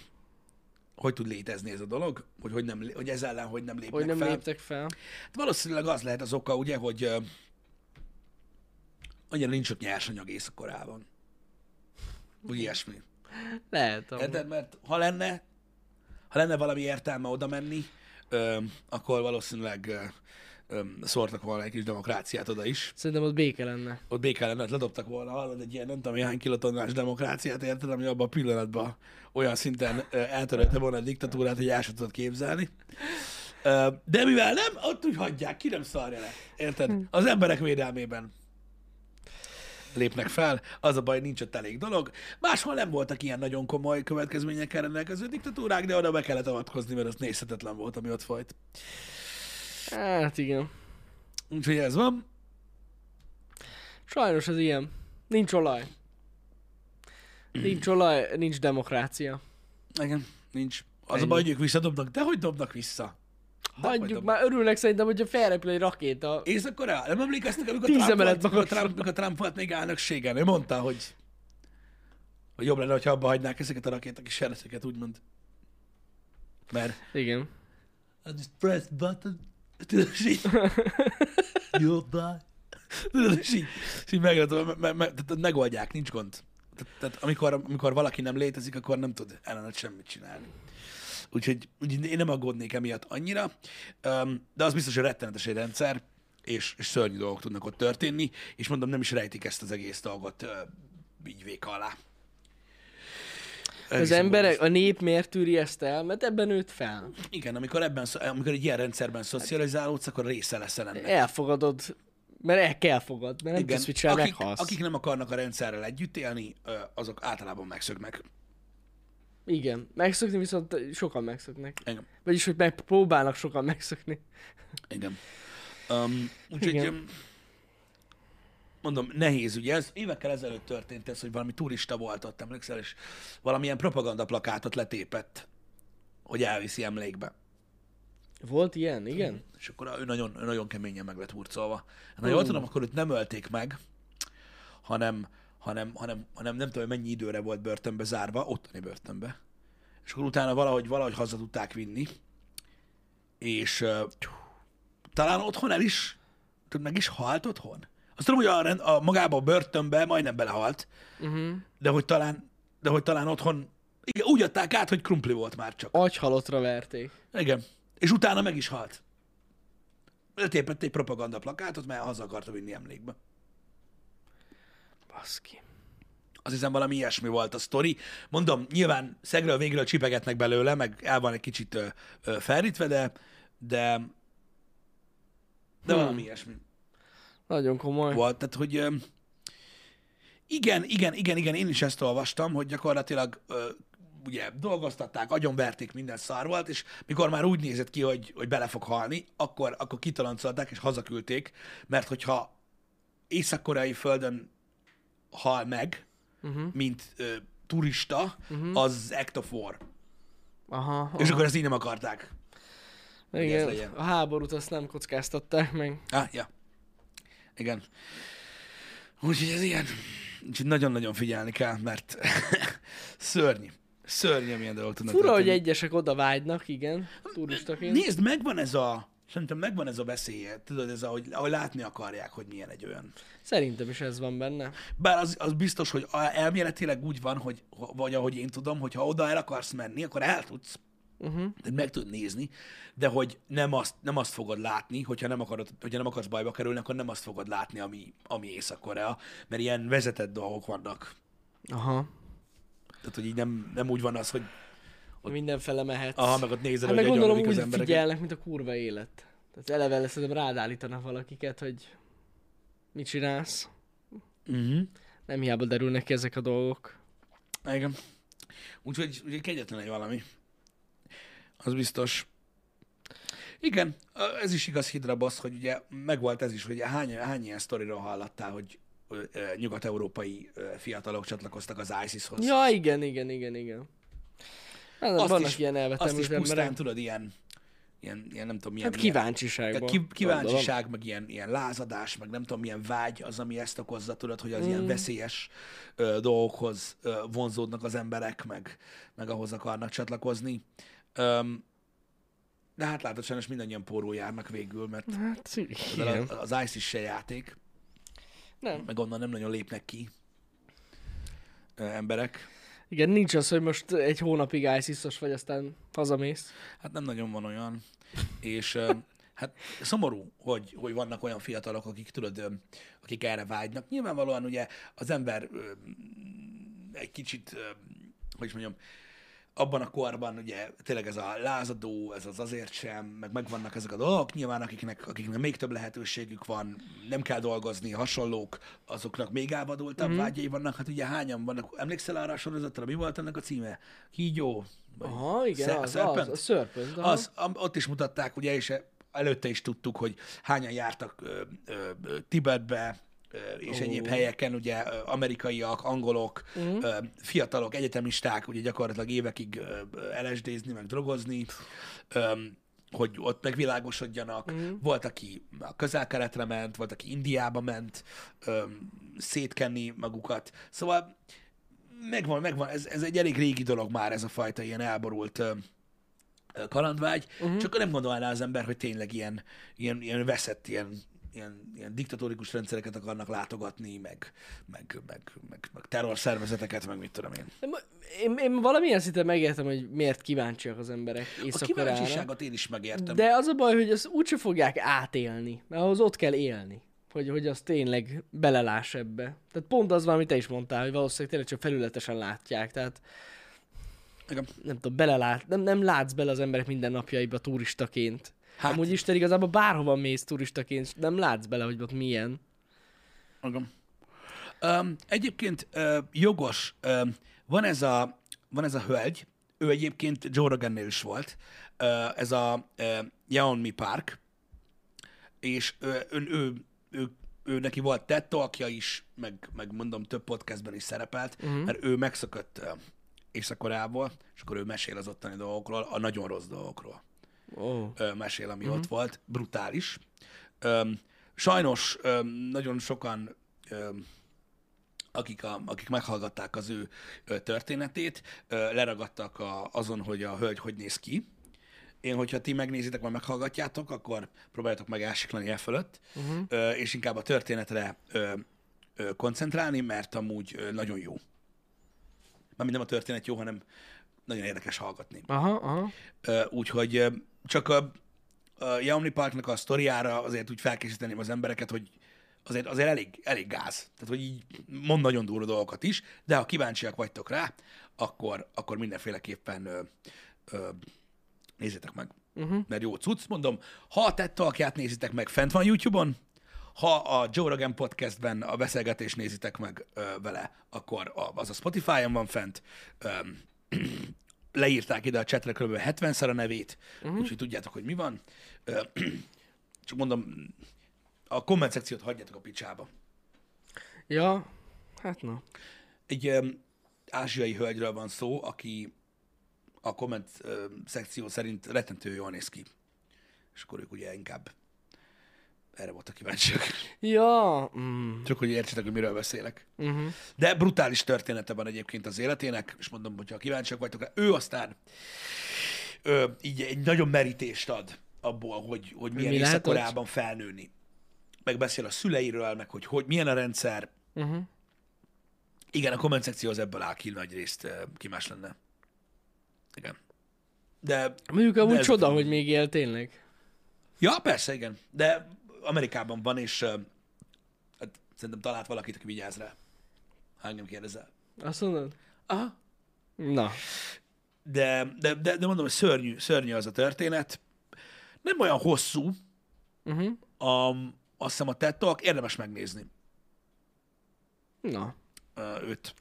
Hogy tud létezni ez a dolog, hogy, hogy, nem, lé- hogy ez ellen hogy nem lépnek
Hogy nem
fel.
léptek fel.
Hát valószínűleg az lehet az oka, ugye, hogy ö, annyira nincs ott nyersanyag északkorában. Vagy ilyesmi.
Lehet. amúgy.
Érted? Mert ha lenne, ha lenne valami értelme oda menni, ö, akkor valószínűleg ö, ö, szórtak volna egy kis demokráciát oda is.
Szerintem ott béke lenne.
Ott békán lenne, ledobtak volna, hallod, egy ilyen nem tudom, hány kilotonnás demokráciát, érted, ami abban a pillanatban olyan szinten ö, eltörölte volna a diktatúrát, hogy el sem tudod képzelni. Ö, de mivel nem, ott úgy hagyják, ki nem szarja le. Érted? Az emberek védelmében lépnek fel, az a baj, nincs ott elég dolog. Máshol nem voltak ilyen nagyon komoly következményekkel rendelkező diktatúrák, de oda be kellett avatkozni, mert az nézhetetlen volt, ami ott folyt.
Hát igen.
Úgyhogy ez van.
Sajnos ez ilyen. Nincs olaj. Nincs olaj, nincs demokrácia.
Igen, nincs. Az a
Ennyi.
baj, hogy ők visszadobnak, de hogy dobnak vissza? De hogy
Hagyjuk,
dobnak?
már örülnek szerintem, hogyha felrepül egy rakéta.
Észak-Korea? Nem emlékeztek, amikor
Tíz
Trump,
emelet
volt, amikor
magasra.
Trump, amikor Trump volt még elnökségen? Ő mondta, hogy, hogy jobb lenne, ha abba hagynák ezeket a rakétakísérleteket, úgymond. Mert
Igen.
I just press button. Tudod, és így... You'll die. Tudod, és így, és így meg, me, me, me, tehát megoldják, nincs gond. Tehát, tehát amikor, amikor valaki nem létezik, akkor nem tud ellenet semmit csinálni. Úgyhogy, úgyhogy én nem aggódnék emiatt annyira, Öm, de az biztos, hogy rettenetes egy rendszer, és, és szörnyű dolgok tudnak ott történni, és mondom, nem is rejtik ezt az egész dolgot ö, így véka alá.
Az
Elhiszem, hogy
emberek, a nép miért tűri ezt el? Mert ebben nőtt fel.
igen, amikor, ebben, szo- amikor egy ilyen rendszerben szocializálódsz, akkor része leszel ennek.
Elfogadod, mert el kell fogad, mert nem
Igen,
tudsz mit csinálni,
akik,
meghalsz.
akik nem akarnak a rendszerrel együtt élni, ö, azok általában megszöknek.
Igen, megszökni viszont sokan megszöknek.
Engem.
Vagyis, hogy megpróbálnak sokan megszökni.
Igen. Um, úgyhogy
Igen.
öm, mondom, nehéz ugye ez. Évekkel ezelőtt történt ez, hogy valami turista volt ott, emlékszel, és valamilyen propaganda plakátot letépett, hogy elviszi emlékbe.
Volt ilyen, igen?
Mm. És akkor ő nagyon, ő nagyon keményen meg lett hurcolva. Na jól tudom, akkor őt nem ölték meg, hanem, hanem, hanem, hanem nem tudom, hogy mennyi időre volt börtönbe zárva, ottani börtönbe. És akkor utána valahogy, valahogy haza tudták vinni. És uh, talán otthon el is, tudod, meg is halt otthon. Azt tudom, hogy a, rend, a magába a börtönbe majdnem belehalt,
Uh-huh.
de hogy talán, de hogy talán otthon, igen, úgy adták át, hogy krumpli volt már csak.
Agyhalottra verték.
Igen. És utána meg is halt. Letépett egy propaganda plakátot, mert haza akarta vinni emlékbe.
Baszki.
Azt hiszem valami ilyesmi volt a sztori. Mondom, nyilván szegről végről csipegetnek belőle, meg el van egy kicsit ö, ö, felrítve, de, de, de
Hmm.
valami ilyesmi
Nagyon komoly.
volt. Tehát, hogy ö, igen, igen, igen, igen, én is ezt olvastam, hogy gyakorlatilag ö, ugye dolgoztatták, agyonverték, minden szar volt, és mikor már úgy nézett ki, hogy, hogy bele fog halni, akkor, akkor kitaloncolták és hazaküldték, mert hogyha észak-koreai földön hal meg,
Uh-huh.
mint ö, turista, uh-huh. az act of war.
Aha, aha.
És akkor ezt így nem akarták. ez
igen.
legyen.
A háborút azt nem kockáztatták meg.
Ah, ja. Igen. Úgyhogy ez ilyen. Úgyhogy nagyon-nagyon figyelni kell, mert szörnyű. Szörnyű, milyen dolgok tudnak
Fura, hogy
történni.
egyesek oda vágynak, igen, turistaként.
Nézd, megvan ez a... Szerintem megvan ez a veszélye, tudod, ez, ahogy, ahogy látni akarják, hogy milyen egy olyan.
Szerintem is ez van benne.
Bár az, az biztos, hogy a- elméletileg úgy van, hogy, vagy ahogy én tudom, hogy ha oda el akarsz menni, akkor el tudsz.
Uh-huh.
Tehát meg tudod nézni, de hogy nem azt, nem azt fogod látni, hogyha nem, akarod, hogyha nem akarsz bajba kerülni, akkor nem azt fogod látni, ami, ami Észak-Korea, mert ilyen vezetett dolgok vannak.
Aha.
Tehát, hogy így nem, nem úgy van az, hogy,
mindenfele mehetsz.
Aha, meg ott
hát
nézed, hogy
meg gondolom
gyakorodik
úgy
az embereket.
figyelnek, mint a kurva élet. Tehát eleve lesz, szerintem rád állítanak valakiket, hogy mit csinálsz.
Uh-huh.
Nem hiába derülnek ki ezek a dolgok.
Igen. Úgyhogy ugye kegyetlen egy valami. Az biztos. Igen, ö, ez is igaz hidra bassz, hogy ugye megvolt ez is, hogy hány, hány ilyen sztoriról hallattál, hogy ö, ö, nyugat-európai ö, fiatalok csatlakoztak az ISIS-hoz.
Ja, igen, igen, igen, igen. Hát,
Azt
vannak
is-
ilyen
Azt is
elvetemült
pusztán,
emberek.
tudod, ilyen, ilyen, ilyen nem tudom, milyen,
Hát
milyen-
kíváncsiságban.
Tehát ki, kíváncsiság, meg ilyen, ilyen lázadás, meg nem tudom, milyen vágy az, ami ezt okozza, tudod, hogy az mm. ilyen veszélyes ö, dolgokhoz ö, vonzódnak az emberek, meg, meg ahhoz akarnak csatlakozni. Öm, de hát látod, sajnos mindannyian pórul járnak végül, mert
gondolom. Hát, igen.
az, az ICE is se játék,
Nem.
meg onnan nem nagyon lépnek ki ö, emberek.
Igen, nincs az, hogy most egy hónapig isis vagy, aztán hazamész.
Hát nem nagyon van olyan. És ö, hát szomorú, hogy, hogy vannak olyan fiatalok, akik tudod, ö, akik erre vágynak. Nyilvánvalóan ugye az ember ö, egy kicsit, ö, hogy is mondjam, abban a korban ugye tényleg ez a lázadó, ez az azért sem, meg megvannak ezek a dolgok, nyilván akiknek, akiknek még több lehetőségük van, nem kell dolgozni, hasonlók, azoknak még elvadultabb
Mhm.
mm. vágyai vannak, hát ugye hányan vannak, emlékszel arra a sorozatra, mi volt ennek a címe? Hígyó? Vagy
Aha, igen,
Sze-
az, az,
Serpent?
a Serpent. aha.
Az, am, ott is mutatták, ugye, és e, előtte is tudtuk, hogy hányan jártak ö, ö, ö, Tibetbe, ö, és
Ó.
egyéb helyeken, ugye ö, amerikaiak, angolok, ö, fiatalok, egyetemisták, ugye gyakorlatilag évekig ö, ö, LSD-zni, meg drogozni, ö, hogy ott megvilágosodjanak. Volt, aki a közel-keletre ment, volt, aki Indiába ment ö, szétkenni magukat. Szóval megvan, megvan, ez, ez egy elég régi dolog már, ez a fajta ilyen elborult ö, ö, kalandvágy, uh-huh. csak nem gondolná az ember, hogy tényleg ilyen, ilyen, ilyen veszett, ilyen, ilyen, ilyen diktatórikus rendszereket akarnak látogatni, meg, meg, meg, meg, meg terrorszervezeteket, meg mit tudom én.
De ma- Én, én valamilyen szinten megértem, hogy miért kíváncsiak az emberek
A
észak
kíváncsiságot én is megértem.
De az a baj, hogy azt úgyse fogják átélni, mert ahhoz ott kell élni, hogy, hogy az tényleg beleláss ebbe. Tehát pont az van, amit te is mondtál, hogy valószínűleg tényleg csak felületesen látják, tehát
Igen.
nem tudom, belelát, nem, nem látsz bele az emberek mindennapjaiba turistaként.
Hát.
Hát. Amúgy Isten igazából bárhova mész turistaként, nem látsz bele, hogy ott milyen.
Igen. Um, egyébként uh, jogos, um, van, ez a, van ez a hölgy, ő egyébként Joe Rogannél is volt, uh, ez a uh, Yeonmi Park, és ő, ő, ő, ő, ő neki volt TED Talkja is, meg, meg mondom több podcastben is szerepelt, uh-huh. mert ő megszökött uh, Észak-Koreából, és akkor ő mesél az ottani dolgokról, a nagyon rossz dolgokról
Oh.
ö, mesél, ami ott volt. Brutális. Öm, sajnos öm, nagyon sokan, öm, akik, a, akik meghallgatták az ő ö, történetét, ö, leragadtak a, azon, hogy a hölgy hogy néz ki. Én, hogyha ti megnézitek, vagy meghallgatjátok, akkor próbáljátok meg elsiklani e fölött, uh-huh. ö, és inkább a történetre ö, ö, koncentrálni, mert amúgy ö, nagyon jó. Mármint nem a történet jó, hanem nagyon érdekes hallgatni.
Aha, aha.
Ö, úgyhogy ö, csak a, a Jaumni Parknak a sztoriára azért úgy felkészíteném az embereket, hogy azért, azért elég, elég gáz. Tehát, hogy így mond nagyon durva dolgokat is, de ha kíváncsiak vagytok rá, akkor, akkor mindenféleképpen ö, ö, nézzétek meg. Uh-huh. Mert jó cucc, mondom, ha a TED Talkját nézitek meg, fent van YouTube-on, ha a Joe Rogan podcastben a beszélgetést nézitek meg ö, vele, akkor a, az a Spotify-on van fent, öm, leírták ide a chatre kb. 70-szer a nevét, uh-huh. úgyhogy tudjátok, hogy mi van. Ö, Csak mondom, a komment szekciót hagyjátok a picsába.
Ja, hát na.
Egy öm, ázsiai hölgyről van szó, aki a komment öm, szekció szerint rettentő jól néz ki. És akkor ők ugye inkább erre voltak kíváncsiak.
Ja, mm.
Csak hogy értsetek, hogy miről beszélek.
uh-huh.
De brutális története van egyébként az életének, és mondom, hogyha kíváncsiak vagytok rá, ő aztán ö, így egy nagyon merítést ad abból, hogy, hogy milyen
mi
Mi
lehet ott?
éjszakorában felnőni. Meg beszél a szüleiről, meg hogy, hogy milyen a rendszer.
Uh-huh.
Igen, a komment szekció az ebből áll ki nagy részt, ö, ki más lenne. Igen. De,
Mondjuk
de
amúgy
ez-
csoda, hogy még él tényleg.
Ja, persze, igen. De Amerikában van, és ö, hát szerintem talált valakit, aki vigyáz rá. Ha engem kérdezel.
Azt mondod?
Aha.
Na,
de, de, de, de mondom, hogy szörnyű, szörnyű az a történet. Nem olyan hosszú,
Uh-huh.
a, azt hiszem a TED Talk, érdemes megnézni
Na,
ö, őt.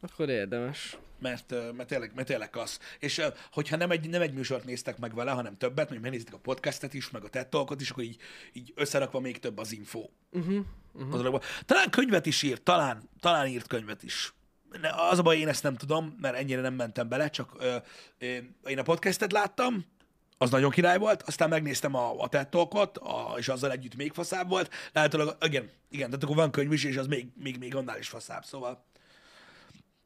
akkor érdemes.
Mert, ö, mert, tényleg, mert tényleg az. És ö, hogyha nem egy, nem egy műsort néztek meg vele, hanem többet, mondjuk megnéztek a podcastet is, meg a TED Talkot is, akkor így, így összerakva még több az info.
Uh-huh.
Uh-huh. Az dologban. talán könyvet is írt, talán, talán írt könyvet is. Ne, Az a baj, én ezt nem tudom, mert ennyire nem mentem bele, csak ö, ö, én a podcastet láttam, az nagyon király volt, aztán megnéztem a, a TED Talkot, a, és azzal együtt még faszább volt. Lehetőleg, igen, igen, tehát akkor van könyv is, és az még, még, még annál is faszább, szóval.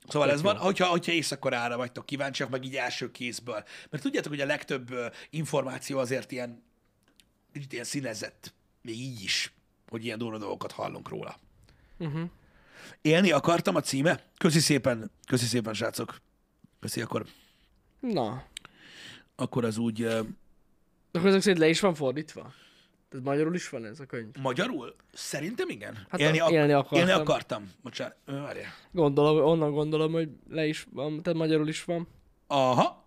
Szóval ez van, hogyha, hogyha északkorára vagytok kíváncsiak, meg így első kézből. Mert tudjátok, hogy a legtöbb ö, információ azért ilyen kicsit ilyen színezett, még így is, hogy ilyen durva dolgokat hallunk róla. Uh-huh.
Mhm.
Élni akartam a címe? Köszi szépen, köszi szépen, srácok. Köszi, akkor,
Na,
akkor az úgy uh,
akkor ezek szerint le is van fordítva? Tehát magyarul is van ez a könyv?
magyarul? Szerintem igen.
Hát a- élni akartam.
Élni akartam. Bocsánat, Ö, várjál.
Gondolom, onnan gondolom, hogy le is van, tehát magyarul is van.
Aha.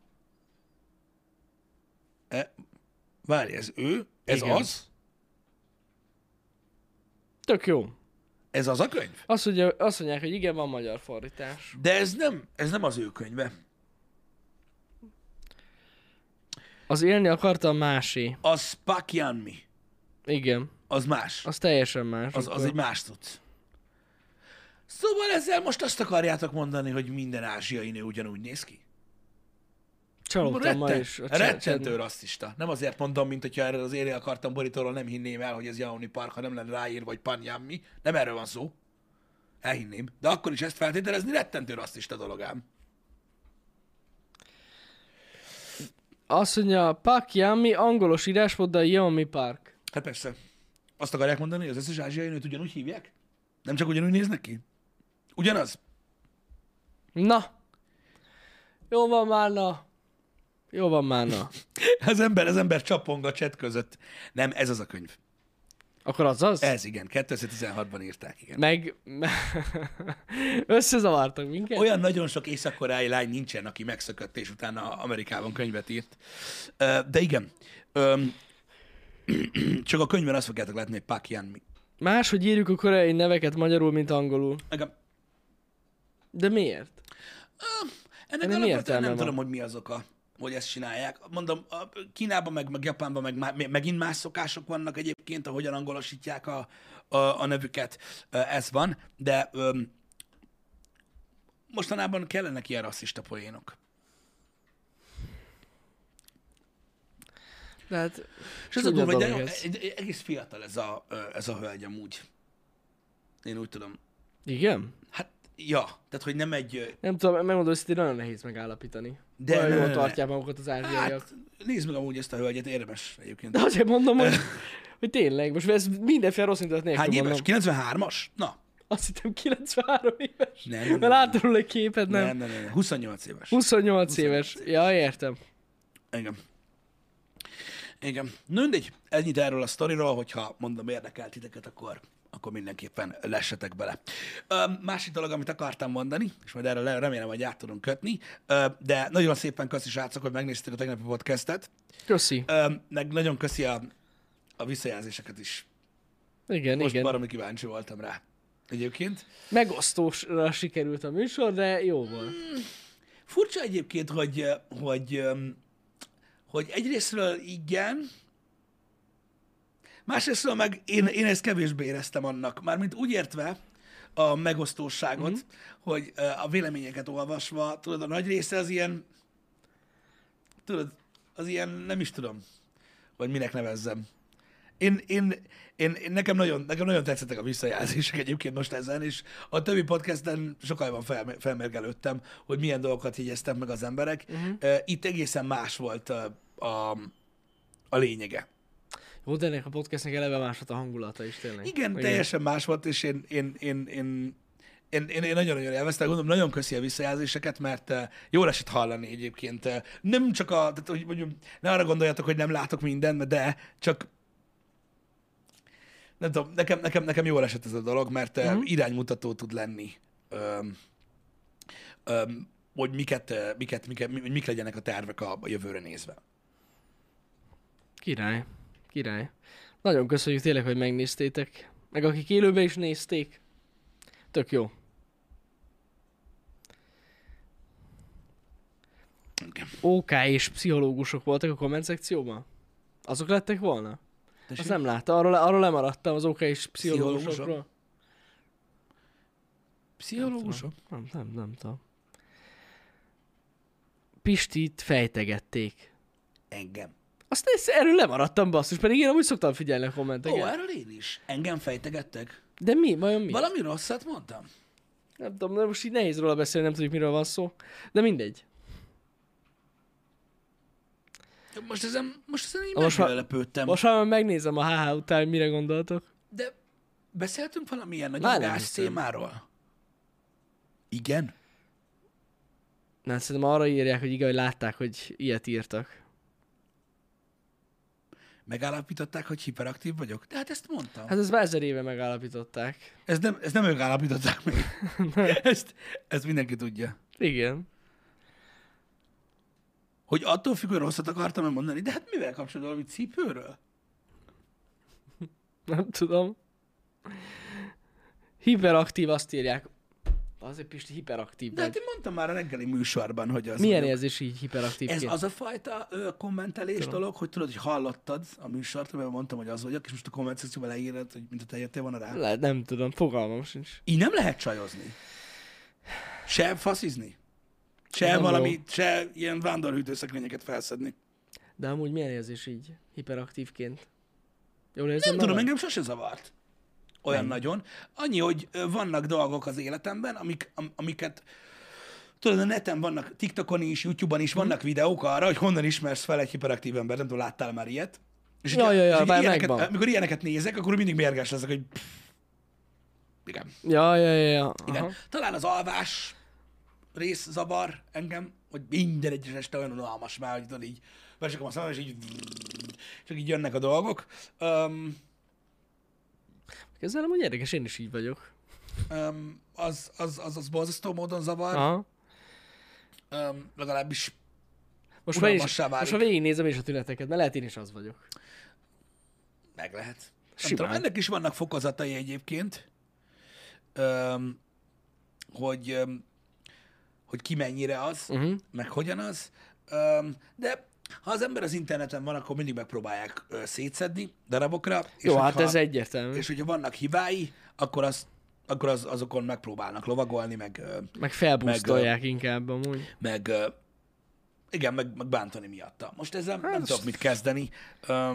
E, várj, ez ő? Ez igen.
Igen.
az?
Tök jó.
Ez az a könyv?
Azt, ugye, azt mondják, hogy igen, van magyar fordítás.
De ez nem, ez nem az ő könyve.
Az élni akartam másé.
Az Pakyanmi.
Igen.
Az más.
Az teljesen más.
Az, az egy más tud. Szóval ezzel most azt akarjátok mondani, hogy minden ázsiai nő ugyanúgy néz ki?
Csalódtam ma
Retten,
is. a cse-
rettentő rasszista. Nem azért mondom, mint hogyha erre az érje akartam borítóról, nem hinném el, hogy ez Jauni Park, ha nem lenne ráír, vagy Panyammi. Nem erről van szó. Elhinném. De akkor is ezt feltételezni rettentő rasszista dologám.
Azt mondja, Pak Yami, angolos írásmóddal Yami Park.
Hát persze. Azt akarják mondani, hogy az összes ázsiai nőt ugyanúgy hívják? Nem csak ugyanúgy néznek ki? Ugyanaz?
Na! Jó van már, na! Jó van már, na!
Az ember, az ember csapong a cset között. Nem, ez az a könyv.
Akkor az az?
Ez igen, 2016-ban írták, igen.
Meg... Összezavartak minket?
Olyan nagyon sok északkorai lány nincsen, aki megszökött, és utána Amerikában könyvet írt. Ö, De igen, öm, csak a könyvben azt fogjátok látni, hogy Pak Yan mi.
Máshogy írjuk a koreai neveket magyarul, mint angolul.
Nekem-
De miért?
Ennek
Ennek mi
alapvetően
értelme
nem
van?
tudom, hogy mi az oka, hogy ezt csinálják. Mondom, a Kínában, meg, meg Japánban meg, má- megint más szokások vannak egyébként, ahogyan angolosítják a, a, a nevüket. Ö, Ez van, de öm, mostanában kellenek ilyen rasszista poénok.
De hát...
És ez a
Csúnya
durva, hogy
dolog
nagyon-
ez.
egy- egy- egész fiatal ez a, ö, ez a hölgy amúgy. Én úgy tudom.
Igen?
Hát, ja, tehát hogy nem egy... ö,
Nem tudom, megmondom őszintén, nagyon nehéz megállapítani.
De
De Olyan
ne, ne,
jól
ne.
tartják magukat az ázsiaiak.
Hát, nézd meg amúgy ezt a hölgyet, érdemes egyébként.
De azért mondom, hogy, hogy tényleg, most ez mindenféle rossz indulat nélkül
Hány éves?
mondom.
93-as? Na,
Azt hittem 93 éves.
Nem, nem,
Mert
nem.
átadul egy képet, nem.
nem, nem, nem, nem. 28 éves.
28 éves. Ja, értem.
Igen. Igen. Na mindegy, ennyit erről a sztoriról, hogyha mondom érdekel titeket, akkor, akkor mindenképpen lessetek bele. Ö, másik dolog, amit akartam mondani, és majd erre remélem, hogy át tudunk kötni, ö, de nagyon szépen köszi srácok, hogy megnéztétek a tegnapi podcastet,
Köszi.
ö, meg nagyon köszi a, a visszajelzéseket is.
Igen,
Most
igen.
baromi kíváncsi voltam rá. Egyébként.
Megosztósra sikerült a műsor, de jó volt.
Furcsa egyébként, hogy, hogy, öm, hogy egyrésztről igen, másrésztről meg én, én ezt kevésbé éreztem annak. Mármint úgy értve a megosztóságot, mm-hmm. hogy ö, a véleményeket olvasva, tudod, a nagy része az ilyen, tudod, az ilyen, nem is tudom, vagy minek nevezzem. Én, én, én, én nekem, nagyon, nekem nagyon tetszettek a visszajelzések egyébként most ezen, és a többi podcasten sokájában fel, felmergelődtem, hogy milyen dolgokat jegyeztem meg az emberek. Uh-huh. Itt egészen más volt a, a, a lényege.
Jó, de ennek a podcastnek eleve más volt a hangulata is tényleg.
Igen, okay. teljesen más volt, és én, én, én, én én, én, én nagyon-nagyon élveztem, gondolom, nagyon köszi a visszajelzéseket, mert uh, jól esett hallani egyébként. Uh, nem csak a, tehát, hogy mondjuk, ne arra gondoljatok, hogy nem látok mindent, de csak nem tudom, nekem, nekem, nekem jól eh, Mhm. esett ez a dolog, mert uh, iránymutató tud lenni um, um, hogy miket, eh, miket, miket, mi- mik legyenek a tervek a a jövőre nézve.
Király. Király. Nagyon köszönjük tényleg, hogy megnéztétek. Meg akik élőben is nézték. Tök jó.
Igen.
OK és pszichológusok voltak a komment szekcióban? Azok lettek volna? Azt nem látta, arról, arról lemaradtam az OK és pszichológusokról.
Pszichológusok?
Nem, nem, nem tudom. Pistit fejtegették.
Engem.
Azt ez, erről lemaradtam basszus, pedig én amúgy szoktam figyelni a
Ó, hát-
kommenteket.
erről én is. Engem fejtegettek.
De mi? Vajon mi?
Valami rosszat mondtam?
Nem tudom, de most így nehéz róla beszélni, nem tudjuk miről van szó. De mindegy.
Most ezen, most ezen én
Na most ha-
meglepődtem.
Most már megnézem a HH után, hogy mire gondoltok.
De beszéltünk valamilyen
Már
nagy
nem
gáz
hiszem.
témáról? Igen?
Nem, szerintem arra írják, hogy igen, hogy látták, hogy ilyet írtak.
Megállapították, hogy hiperaktív vagyok? De hát ezt mondtam.
Hát ezt már ezer éve megállapították.
Ez nem, ez nem ők állapították meg. ezt, ezt mindenki tudja.
Igen.
Hogy attól függ, hogy rosszat akartam -e mondani, de hát mivel kapcsolatban valami cipőről?
Nem tudom. Hiperaktív azt írják. Azért Pisti hiperaktív
De hát
vagy.
én mondtam már a reggeli műsorban, hogy az
Milyen
vagyok.
érzés így hiperaktívként?
Ez az a fajta ö, kommentelés tudom. dolog, hogy tudod, hogy hallottad a műsort, amiben mondtam, hogy az vagyok, és most a komment szekcióban leírod, hogy mint a teljétél van rá.
Le, nem tudom, fogalmam sincs.
Így nem lehet csajozni. Se faszizni. Se
Nem
nem
jó.
valami, se ilyen vándorhűtőszekrényeket felszedni.
De amúgy milyen érzés így hiperaktívként? Jól érzem
Nem tudom,
magam?
engem sose zavart. Olyan nem. nagyon. Annyi, hogy ö, vannak dolgok az életemben, amik, am, amiket tudod, a neten vannak, TikTokon is, YouTube-on is
Mhm.
vannak videók arra, hogy honnan ismersz fel egy hiperaktív embert, nem tudom, láttál már ilyet. És
Jaj, jaj, jaj,
így
már
ilyeneket,
megvan.
amikor ilyeneket nézek, akkor mindig mérges leszek, hogy pff, igen.
Ja, ja, ja, ja.
Igen.
Aha.
Talán az alvás rész zavar engem, hogy minden egyes este olyan unalmas már, hogy tudod így becsapom a szemem, és így csak így jönnek a dolgok. Um,
Ezzel amúgy érdekes, én is így vagyok.
um, az, az, az, az borzasztó módon zavar,
Aha.
um, legalábbis
Most, már én is,
Unalmassá válik.
most ha végignézem is a tüneteket, mert lehet én is az vagyok.
meg lehet. Nem
Simán.
tudom, ennek is vannak fokozatai egyébként, um, hogy, um, hogy ki mennyire az,
Uh-huh.
meg hogyan az. Öm, De ha az ember az interneten van, akkor mindig megpróbálják ö, szétszedni darabokra. És
Jó, hát
hogyha-
ez egyértelmű.
És hogyha vannak hibái, akkor, az, akkor az, azokon megpróbálnak lovagolni, meg, ö,
Meg felbusztolják inkább amúgy.
meg ö, igen, meg, meg bántani miatta. Most ezzel hát, nem tudok mit kezdeni. Öm, De
hogyha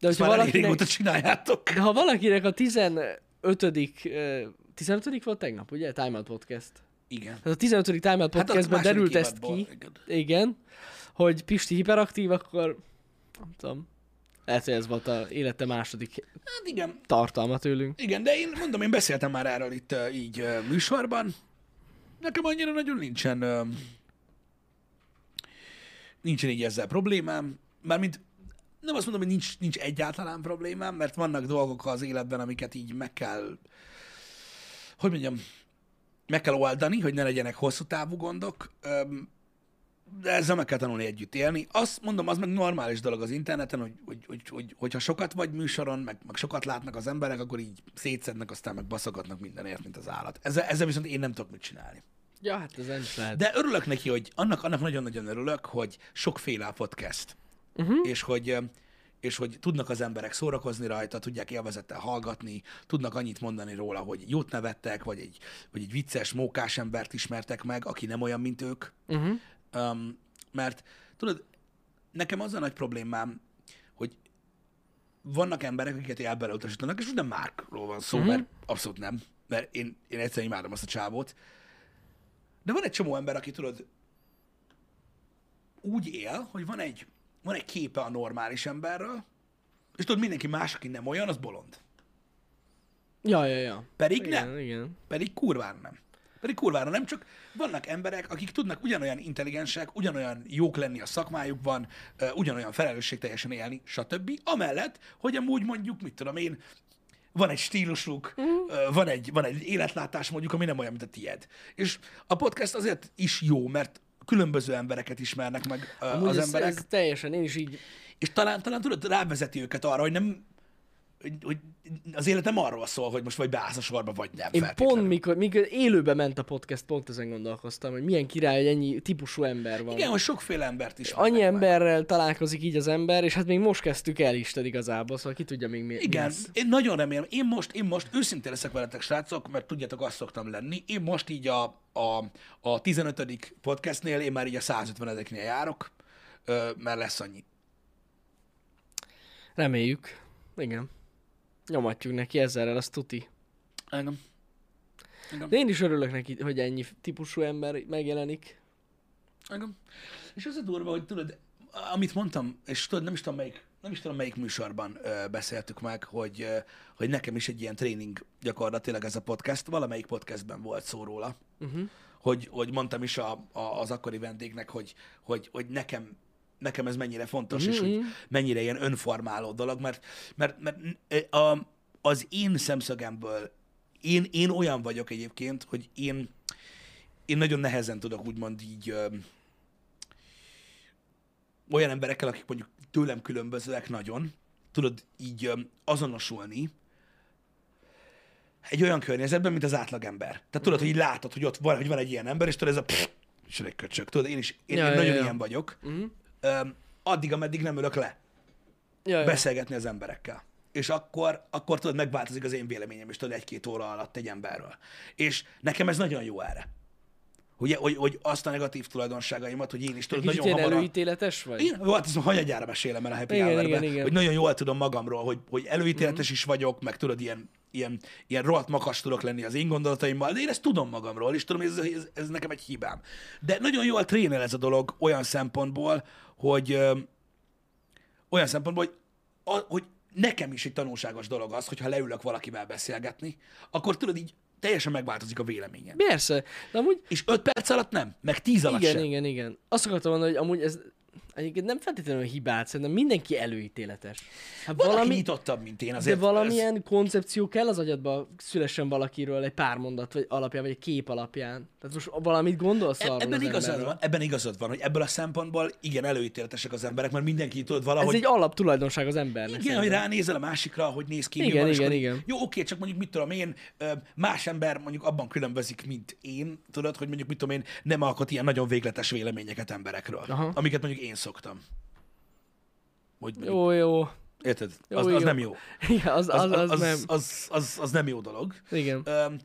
hogyha
valakinek-
már valakinek... régóta csináljátok.
De ha valakinek a 15. ö, 15. volt tegnap, ugye? Time Out Podcast.
Igen.
Tehát a 15. Time Out
Hát a
Podcastben
második
derült ezt ki,
évadból, igen.
igen, hogy Pisti hiperaktív, akkor nem tudom. Lehet, hogy ez volt a élete második
Hát igen,
tartalma tőlünk.
igen, de én mondom, én beszéltem már erről itt ö, így ö, műsorban. Nekem annyira nagyon nincsen ö, nincsen így ezzel problémám. Mármint nem azt mondom, hogy nincs, nincs egyáltalán problémám, mert vannak dolgok az életben, amiket így meg kell, hogy mondjam, meg kell oldani, hogy ne legyenek hosszú távú gondok, öm, de ezzel meg kell tanulni együtt élni. Azt mondom, az meg normális dolog az interneten, hogy, hogy, hogy, hogy hogyha sokat vagy műsoron, meg, meg sokat látnak az emberek, akkor így szétszednek, aztán meg baszogatnak mindenért, mint az állat. Ezzel, ezzel viszont én nem tudok mit csinálni.
Ja, hát ez nem is lehet.
De örülök neki, hogy annak, annak nagyon-nagyon örülök, hogy sokféle a podcast.
Uh-huh.
És hogy ö, és hogy tudnak az emberek szórakozni rajta, tudják élvezettel hallgatni, tudnak annyit mondani róla, hogy jót nevettek, vagy egy, vagy egy vicces, mókás embert ismertek meg, aki nem olyan, mint ők.
Uh-huh.
Um, mert tudod, nekem az a nagy problémám, hogy vannak emberek, akiket elbele utasítanak, és most nem Márkról van szó, mm-hmm. mert abszolút nem, mert én, én egyszerűen imádom azt a csávót. De van egy csomó ember, aki tudod, úgy él, hogy van egy, van egy képe a normális emberről, és tudod, mindenki más, aki nem olyan, az bolond.
Ja, ja, ja.
Pedig nem.
Igen, igen.
Pedig kurvára nem. Pedig kurvára nem, csak vannak emberek, akik tudnak ugyanolyan intelligensek, ugyanolyan jók lenni a szakmájukban, ö, ugyanolyan felelősségteljesen élni, stb. Amellett, hogy amúgy mondjuk, mit tudom én, van egy stílusuk,
Mhm.
ö, van egy, van egy életlátás mondjuk, ami nem olyan, mint a tied. És a podcast azért is jó, mert különböző embereket ismernek meg ö,
Amúgy
az
ez,
emberek.
ez teljesen, én is így
És talán, talán tudod, rávezeti őket arra, hogy nem hogy, hogy az élet nem arról szól, hogy most vagy beállsz a sorba, vagy nem.
Én
feltétlenül.
pont mikor, mikor élőbe ment a podcast, pont ezen gondolkoztam, hogy milyen király, hogy ennyi típusú ember van.
Igen, hogy sokféle embert is.
Annyi emberrel találkozik így az ember, és hát még most kezdtük el Isten igazából, szóval ki tudja még mi, mi
Igen,
lesz.
én nagyon remélem. Én most, én most őszintén leszek veletek, srácok, mert tudjátok, azt szoktam lenni. Én most így a, a, a 15. podcastnél, én már így a 150 ezeknél járok, ö, mert lesz annyi.
Reméljük. Igen. Nyomatjuk neki ezerrel, az tuti.
Engem.
De én is örülök neki, hogy ennyi típusú ember megjelenik.
Engem. És az a durva, hogy tudod, amit mondtam, és tudod, nem is tudom melyik, nem is tudom melyik műsorban ö, beszéltük meg, hogy, ö, hogy nekem is egy ilyen tréning gyakorlatilag ez a podcast, valamelyik podcastben volt szó róla, uh-huh. hogy, hogy mondtam is a, a, az akkori vendégnek, hogy, hogy, hogy nekem nekem ez mennyire fontos, uh-huh. és hogy mennyire ilyen önformáló dolog, mert, mert, mert ö, a, az én szemszögemből én, én olyan vagyok egyébként, hogy én én nagyon nehezen tudok úgymond így öm, olyan emberekkel, akik mondjuk tőlem különbözőek nagyon, tudod így öm, azonosulni egy olyan környezetben, mint az átlagember. Tehát tudod, hogy így látod, hogy ott van, hogy van egy ilyen ember, és tudod, ez a pff, és egy köcsög. Tudod, én is, én,
Ja,
én
ja,
nagyon
ja. Mhm.
ilyen vagyok. Öm, addig, ameddig nem ülök le
Jaj,
beszélgetni az emberekkel. És akkor, akkor tudod, megváltozik az én véleményem is, tudod, egy-két óra alatt egy emberről. És nekem ez nagyon jó erre. Ugye, hogy, hogy azt a negatív tulajdonságaimat, hogy én is tudod,
Kicsit
nagyon
ilyen
hamar... a-
előítéletes vagy?
igen, jó, hát ezt hanyagyára mesélem el a happy
Igen,
hour
igen, igen. Mhm.
hogy nagyon jól tudom magamról, hogy, hogy előítéletes is vagyok, meg tudod, ilyen, ilyen, ilyen rohadt makas tudok lenni az én gondolataimmal, de én ezt tudom magamról, és tudom, hogy ez, ez, ez nekem egy hibám. De nagyon jól trénel ez a dolog olyan szempontból, hogy ö, olyan szempontból, hogy, a, hogy nekem is egy tanulságos dolog az, hogyha leülök valakivel beszélgetni, akkor tudod, így teljesen megváltozik a véleményem.
Persze, de amúgy
És öt perc alatt nem, meg tíz alatt
Igen,
sem.
igen, igen. Azt akartam mondani, hogy amúgy ez egyébként nem feltétlenül hibát, szerintem mindenki előítéletes. Hát
Valaki
valami,
nyitottabb, mint én.
de
Azért ez-
valamilyen koncepció kell az agyadba szülessen valakiről egy pár mondat vagy alapján, vagy egy kép alapján. Tehát most valamit gondolsz
Eb-
arról
E- Ebben
az
igazad,
emberről.
van, ebben igazad van, hogy ebből a szempontból igen, előítéletesek az emberek, mert mindenki tudod
Ez
valahogy...
egy alaptulajdonság az embernek.
Igen, hogy ránézel a másikra, hogy néz ki, mi
Igen,
van, és
igen,
akkor-
igen.
Jó, oké, csak mondjuk mit tudom én, ö, más ember mondjuk abban különbözik, mint én, tudod, hogy mondjuk mit tudom én, nem alkot ilyen nagyon végletes véleményeket emberekről,
Aha.
amiket mondjuk én szoktam. Hogy mondjuk,
Jó, jó.
érted?
jó,
Az, az
jó.
nem jó.
Igen, az, az, az,
az,
nem.
Az, az, az nem jó dolog.
Igen.
Öm,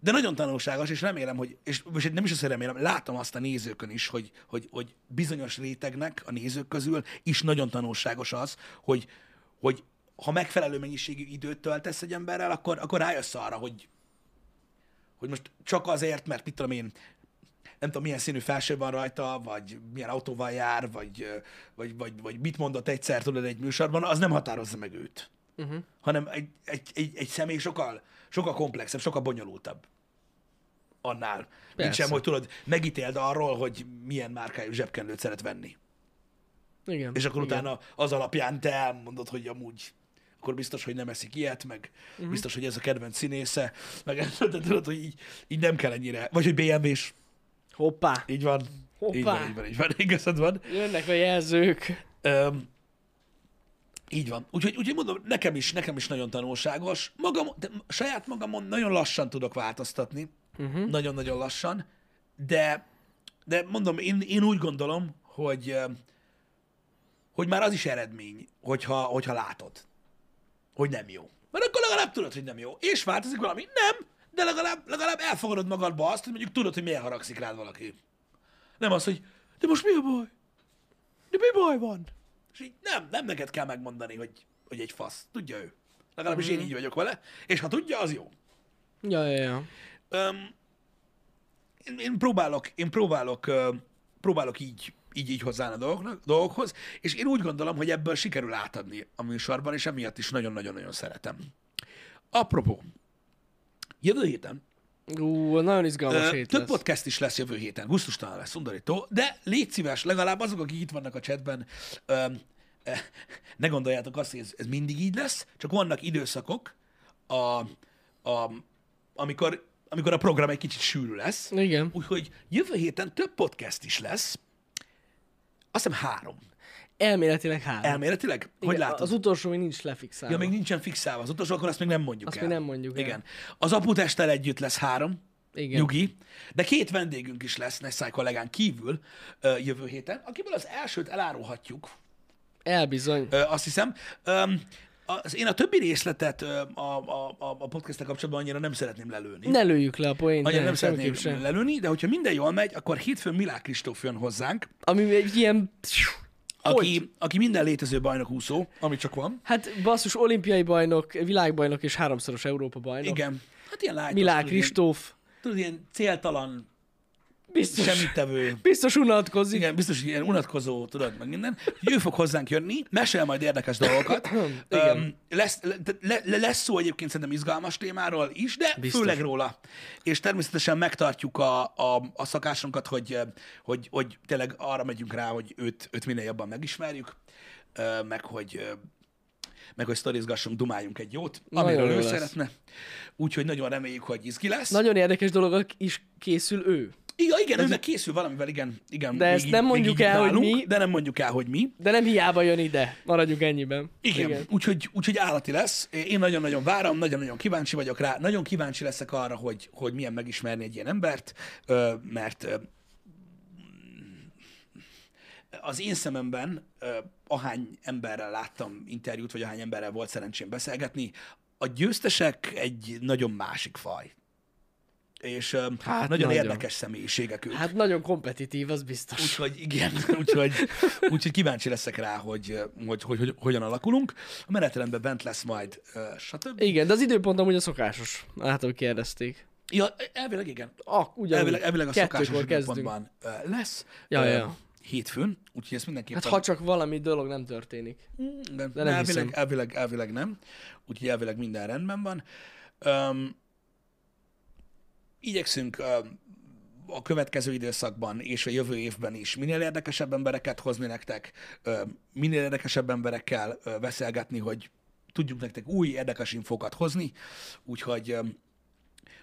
De nagyon tanulságos, és remélem, hogy, és most nem is azt hogy remélem, látom azt a nézőkön is, hogy, hogy, hogy bizonyos rétegnek a nézők közül is nagyon tanulságos az, hogy, hogy ha megfelelő mennyiségű időt töltesz egy emberrel, akkor, akkor rájössz arra, hogy, hogy most csak azért, mert mit tudom én, nem tudom, milyen színű felső van rajta, vagy milyen autóval jár, vagy, ö, vagy, vagy, vagy mit mondott egyszer, tudod, egy műsorban, az nem határozza meg őt hanem egy, egy, egy, egy személy sokkal, sokkal komplexebb, sokkal bonyolultabb annál. Mint
Persze.
sem, hogy tudod, megítéld arról, hogy milyen márkájú zsebkendőt szeret venni.
Igen.
És akkor
igen.
utána az alapján te elmondod, hogy amúgy akkor biztos, hogy nem eszik ilyet, meg
Mhm.
uh-huh. biztos, hogy ez a kedvenc színésze, meg de tudod, hogy így, így nem kell ennyire. Vagy hogy BMW-s,
Hoppá,
így van. Így
Hoppá.
van, így van, így van, igazad van.
jönnek a jelzők.
Öm, így van. Úgyhogy, úgyhogy mondom, nekem is, nekem is nagyon tanulságos. Magam, de saját magamon nagyon lassan tudok változtatni. Uh-huh. Nagyon-nagyon lassan. De, de mondom, én, én úgy gondolom, hogy, öm, hogy már az is eredmény, hogyha, hogyha látod, hogy nem jó. Mert akkor legalább tudod, hogy nem jó. És változik valami? Nem, de legalább, legalább elfogadod magadba azt, hogy mondjuk tudod, hogy miért haragszik rád valaki. Nem az, hogy de most mi a baj? De mi baj van? És így nem, nem neked kell megmondani, hogy, hogy egy fasz. Tudja ő. Legalábbis én így vagyok vele. És ha tudja, az jó.
Ja, ja, ja.
Öm, én, én próbálok, én próbálok, öm, próbálok így, így, így hozzáállni a dolgoknak, dolgokhoz, és én úgy gondolom, hogy ebből sikerül átadni a műsorban, és emiatt is nagyon-nagyon-nagyon szeretem. Apropó, jövő héten
Ú, nagyon izgalmas
Ö,
hét
Több
lesz.
podcast is lesz jövő héten, gusztustalan lesz, undorító, de légy szíves, legalább azok, akik itt vannak a chatben, öm, eh, ne gondoljátok azt, hogy ez, ez mindig így lesz, csak vannak időszakok, a, a, amikor, amikor a program egy kicsit sűrű lesz.
Igen.
Úgyhogy jövő héten több podcast is lesz. Azt hiszem három.
Elméletileg három.
Elméletileg? Hogy
Hát, Igen,
látod?
Az utolsó még nincs lefixálva.
Ja, még nincsen fixálva az utolsó, akkor azt még nem mondjuk
Azt
el.
még nem mondjuk el.
Igen. Az aputestel együtt lesz három.
Igen.
Nyugi. De két vendégünk is lesz Nessai kollégán kívül ö, jövő héten, akiből az elsőt elárulhatjuk,
Elbizony.
ö, azt hiszem. Öm, az, én a többi részletet ö, a, a, a, a podcasttel kapcsolatban annyira nem szeretném lelőni.
Ne lőjük le a poént.
annyira
ne,
nem, nem
semmiképp
szeretném
sem.
lelőni, de hogyha minden jól megy, akkor hétfőn Milák Kristóf jön hozzánk,
Ami egy ilyen...
aki, aki minden létező bajnokúszó, ami csak van.
Hát basszus, olimpiai bajnok, világbajnok és háromszoros Európa bajnok.
Igen. Hát ilyen lájtos,
Milák
tudod, ilyen-
Kristóf.
Tudod, ilyen céltalan,
Biztos,
semmittevő
biztos unatkozik.
Igen, biztos, hogy ilyen unatkozó, tudod, meg minden. Úgyhogy Ő fog hozzánk jönni, mesél majd érdekes dolgokat.
Igen.
Öm, lesz, le- le, le, lesz szó egyébként szerintem izgalmas témáról is, de biztos.
Biztos.
főleg róla. És természetesen megtartjuk a, a, a szakásunkat, hogy, eh, hogy, hogy tényleg arra megyünk rá, hogy őt, őt minél jobban megismerjük, ö, meg hogy ö, meg hogy sztorizgassunk, dumáljunk egy jót,
Nagyon
amiről
jó
ő
lesz.
szeretne. Úgyhogy nagyon reméljük, hogy izgi lesz.
Nagyon érdekes dolog is készül ő.
Ja, igen, ő meg készül valamivel, igen. igen
De
még
ezt
így-
nem
még
mondjuk
így
el, hogy
nálunk,
mi.
De nem mondjuk el, hogy mi.
De nem hiába jön ide. Maradjuk ennyiben.
Igen, Igen. Úgyhogy, úgyhogy állati lesz. Én nagyon-nagyon várom, nagyon-nagyon kíváncsi vagyok rá. Nagyon kíváncsi leszek arra, hogy, hogy milyen megismerni egy ilyen embert, ö, mert ö, az én szememben ö, ahány emberrel láttam interjút, vagy ahány emberrel volt szerencsém beszélgetni, a győztesek egy nagyon másik faj. És hát nagyon, nagyon
nagyon.
érdekes személyiségek ők.
Hát nagyon kompetitív, az biztos.
Úgyhogy igen, úgyhogy, úgyhogy kíváncsi leszek rá, hogy, hogy, hogy, hogy hogyan alakulunk. A menetrendben bent lesz majd, ö, stb.
Igen, de az időpont amúgy a szokásos. Hát, ahogy kérdezték.
Ja, elvileg igen.
Ah, ugyanúgy.
Elvileg, elvileg a szokásos
Kettőkor kezdünk.
időpontban ö, lesz.
Ja,
ö,
ja.
Hétfőn, úgyhogy ezt mindenképpen...
Hát ha csak valami dolog nem történik.
Igen,
nem
elvileg,
hiszem.
elvileg, elvileg nem. Úgyhogy elvileg minden rendben van. Um, igyekszünk um, a következő időszakban és a jövő évben is minél érdekesebb embereket hozni nektek, öm, minél érdekesebb emberekkel ö, beszélgetni, hogy tudjuk nektek új, érdekes infókat hozni. Úgyhogy öm,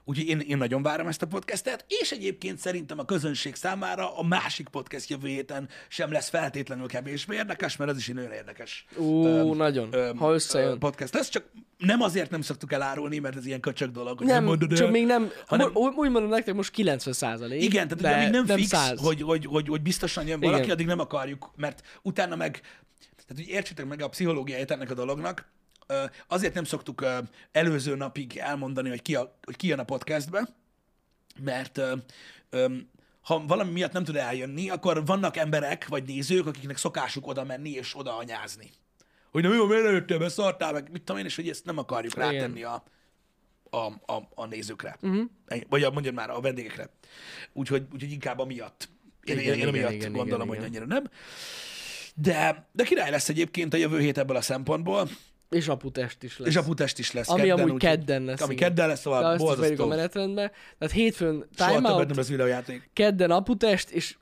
Úgyhogy én, én nagyon várom ezt a podcastet, és egyébként szerintem a közönség számára a másik podcast jövő héten sem lesz feltétlenül kevésbé érdekes, mert az is egy nagyon érdekes
Ú, nagyon. ha
ö,
összejön.
podcast lesz, csak nem azért nem szoktuk elárulni, mert ez ilyen köcsög dolog, hogy nem,
nem,
mondod
csak
el.
még nem,
hanem-
hanem, úgy mondom nektek most 90 százalék.
Igen, tehát de,
de
amíg nem,
nem
fix,
100.
hogy, hogy, hogy, hogy biztosan jön valaki,
Igen.
addig nem akarjuk, mert utána meg, tehát hogy értsétek meg a pszichológiáját ennek a dolognak, ö, azért nem szoktuk ö, előző napig elmondani, hogy ki, a, hogy ki jön a podcastbe, mert ö, ö, ha valami miatt nem tud eljönni, akkor vannak emberek vagy nézők, akiknek szokásuk oda menni és oda anyázni. Hogy na mi van, miért nem jöttél be, szartál meg, mit tudom én, és hogy ezt nem akarjuk
Igen.
rátenni a, a, a, a nézőkre.
Mhm.
Uh-huh. Vagy a, mondjam már, a vendégekre. Úgyhogy, úgyhogy inkább amiatt. Én, igen,
Igen,
én, én
igen,
amiatt
igen,
gondolom,
igen,
hogy annyira nem. De, de király lesz egyébként a jövő hét ebből a szempontból, lesz.
És aputest is lesz.
és a putest is lesz
Ami
kedden.
amúgy
úgyhogy-
kedden lesz,
Ami
igen.
kedden lesz,
De
szóval
azt is vegyük a
borzasztó.
menetrendbe. Tehát hétfőn
Soha többet nem
timeout,
lesz videójáték.
kedden aputest, és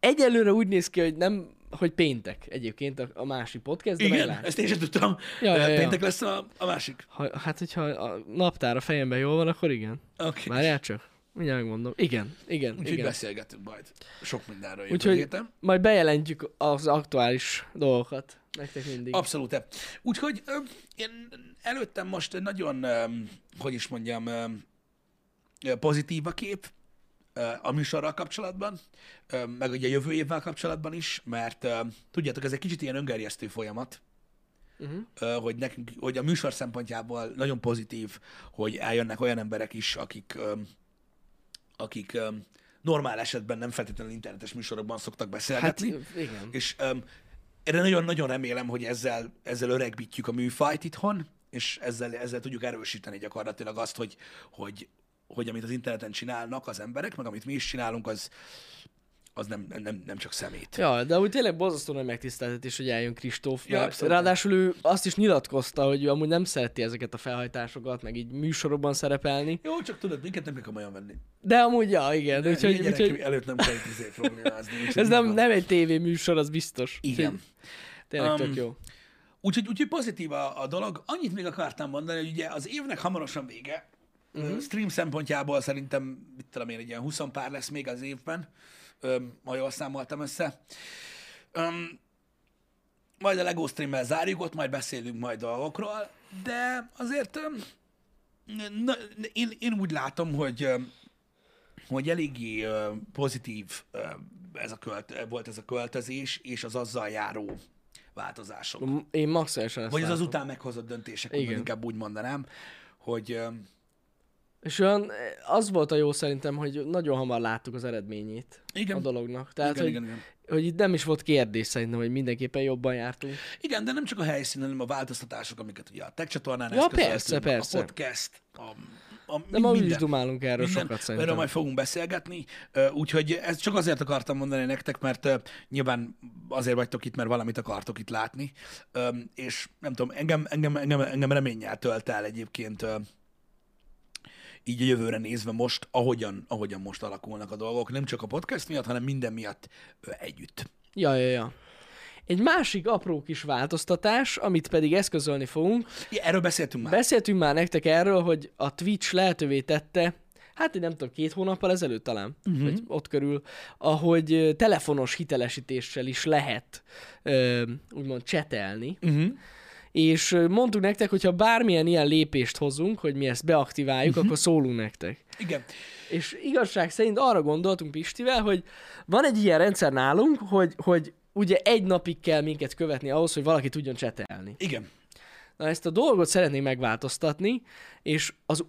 egyelőre úgy néz ki, hogy nem, hogy péntek egyébként a, a másik podcast, de
Igen,
meglátjuk.
ezt én sem tudtam.
Ja, ja,
Eh,
ja.
Péntek lesz a, a másik.
Ha, hát, hogyha a naptár a fejemben jól van, akkor igen.
Oké. Okay.
Várjál csak. Mindjárt megmondom. Igen, igen,
Úgyhogy
igen.
beszélgetünk majd. Sok mindenről jövő Úgyhogy...
Úgyhogy
héten.
majd bejelentjük az aktuális dolgokat. Nektek mindig.
Abszolút. Úgyhogy ö, én előttem most egy nagyon, ö, hogy is mondjam, ö, ö, pozitív a kép ö, a műsorral kapcsolatban, ö, meg ugye a jövő évvel kapcsolatban is, mert ö, tudjátok, ez egy kicsit ilyen öngerjesztő folyamat,
Uh-huh.
ö, hogy, nekünk, hogy a műsor szempontjából nagyon pozitív, hogy eljönnek olyan emberek is, akik, ö, akik ö, normál esetben nem feltétlenül internetes műsorokban szoktak
Hát
beszélgetni.
igen.
És um, erre nagyon-nagyon remélem, hogy ezzel, ezzel öregbítjük a műfajt itthon, és ezzel, ezzel tudjuk erősíteni gyakorlatilag azt, hogy, hogy, hogy amit az interneten csinálnak az emberek, meg amit mi is csinálunk, az, az nem, nem, nem csak szemét.
Ja, de úgy tényleg borzasztó nagy megtiszteltetés, hogy eljön Kristóf.
Ja,
mert
abszolút.
ráadásul ő azt is nyilatkozta, hogy ő amúgy nem szereti ezeket a felhajtásokat, meg így műsorokban szerepelni.
Jó, csak tudod, minket nem kell komolyan venni.
De amúgy, ja, igen.
Úgyhogy,
úgyhogy, úgyhogy
előtt nem kell itt izé problémázni. úgyhogy
ez nem,
így van.
nem egy tévéműsor, az biztos.
Igen.
Úgyhogy Tényleg
Um,
tök jó.
Úgyhogy, úgyhogy pozitív a, a dolog. Annyit még akartam mondani, hogy ugye az évnek hamarosan vége. Uh-huh. Stream szempontjából szerintem, mit tudom én, egy ilyen 20 pár lesz még az évben, Öm, ha jól számoltam össze. Öm, majd a LEGO streammel zárjuk, ott majd beszélünk majd dolgokról, de azért öm, na, én, én úgy látom, hogy öm, hogy eléggé ö, pozitív ö, ez a költ, volt ez a költözés, és az azzal járó változások.
Én maximálisan ezt
Vagy az
látom.
azután meghozott döntések,
Igen.
Igen. inkább úgy mondanám, hogy ö,
És olyan, eh, az volt a jó szerintem, hogy nagyon hamar láttuk az eredményét
Igen.
a dolognak. Tehát,
Igen,
hogy,
igen, igen.
hogy itt nem is volt kérdés szerintem, hogy mindenképpen jobban jártunk.
igen, de nem csak a helyszínen, hanem a változtatások, amiket ugye a tech csatornán
Ja,
eszközöltünk,
persze, persze.
a podcast, a, a
De ma úgy is dumálunk erről sokat
Erről
szerintem.
majd fogunk beszélgetni, Ö, úgyhogy ezt csak azért akartam mondani nektek, mert ö, nyilván azért vagytok itt, mert valamit akartok itt látni, Ö, és nem tudom, engem, engem, engem, engem reménnyel tölt el egyébként ö, így a jövőre nézve most, ahogyan, ahogyan most alakulnak a dolgok, nem csak a podcast miatt, hanem minden miatt ö, együtt.
Ja, ja, ja. Egy másik apró kis változtatás, amit pedig eszközölni fogunk.
Ja, erről beszéltünk már.
Beszéltünk már nektek erről, hogy a Twitch lehetővé tette, hát én nem tudom, két hónappal ezelőtt talán, uh-huh. vagy ott körül, ahogy ö, telefonos hitelesítéssel is lehet ö, úgymond csetelni.
Uh-huh.
és ö, mondtuk nektek, hogyha bármilyen ilyen lépést hozunk, hogy mi ezt beaktiváljuk, uh-huh. akkor szólunk nektek.
Igen.
És igazság szerint arra gondoltunk Pistivel, hogy van egy ilyen rendszer nálunk, hogy, hogy ugye egy napig kell minket követni ahhoz, hogy valaki tudjon csetelni.
Igen.
Na ezt a dolgot szeretnénk megváltoztatni, és az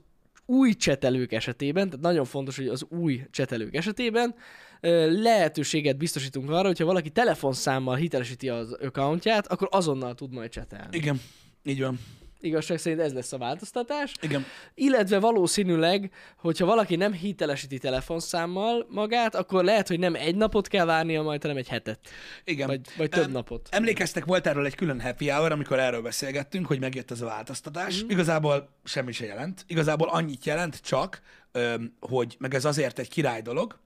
új csetelők esetében, tehát nagyon fontos, hogy az új csetelők esetében ö, lehetőséget biztosítunk arra, hogyha valaki telefonszámmal hitelesíti az accountját, akkor azonnal tud majd csetelni
Igen. Így van.
igazság szerint ez lesz a változtatás.
Igen.
Illetve valószínűleg, hogyha valaki nem hitelesíti telefonszámmal magát, akkor lehet, hogy nem egy napot kell várnia majd, hanem egy hetet.
Igen.
Vagy, vagy több
Em,
napot.
Emlékeztek, volt erről egy külön happy hour, amikor erről beszélgettünk, hogy megjött ez a változtatás.
Mhm.
Mm. Igazából semmi se jelent. Igazából annyit jelent csak, öm, hogy meg ez azért egy király dolog,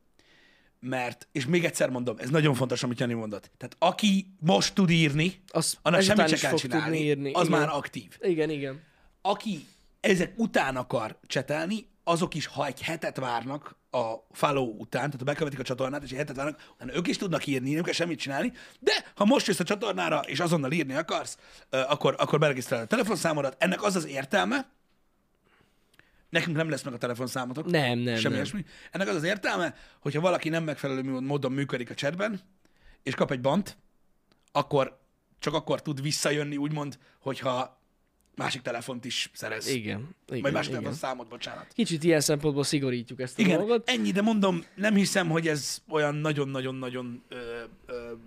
mert, és még egyszer mondom, ez nagyon fontos, amit Jani mondott. Tehát aki most tud írni,
Az
annak
ezután
semmit se
is
kell
fog tudni
csinálni,
írni.
az
Igen.
már aktív.
Igen, igen.
Aki ezek után akar csetelni, azok is, ha egy hetet várnak a follow után, tehát ha bekövetik a csatornát, és egy hetet várnak, utána ők is tudnak írni, nem kell semmit csinálni, de ha most jössz a csatornára, és azonnal írni akarsz, ö, akkor, akkor beregisztrálod a telefonszámodat. Ennek az az értelme, nekünk nem lesz meg a telefonszámotok.
Nem, nem,
Semmi
nem.
ilyesmi. Ennek az az értelme, hogyha valaki nem megfelelő módon működik a chatben, és kap egy bant, akkor csak akkor tud visszajönni, úgymond, hogyha másik telefont is szerez.
Igen. igen,
Vagy más
igen.
telefonszámot, bocsánat.
Kicsit ilyen szempontból szigorítjuk ezt a
Igen,
dolgot.
ennyi, de mondom, nem hiszem, hogy ez olyan nagyon-nagyon-nagyon ö, ö,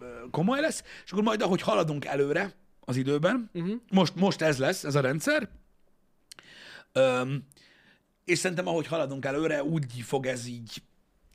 ö, komoly lesz, és akkor majd, ahogy haladunk előre az időben, uh-huh. most, most ez lesz, ez a rendszer, Öm, és szerintem, ahogy haladunk előre, úgy fog ez így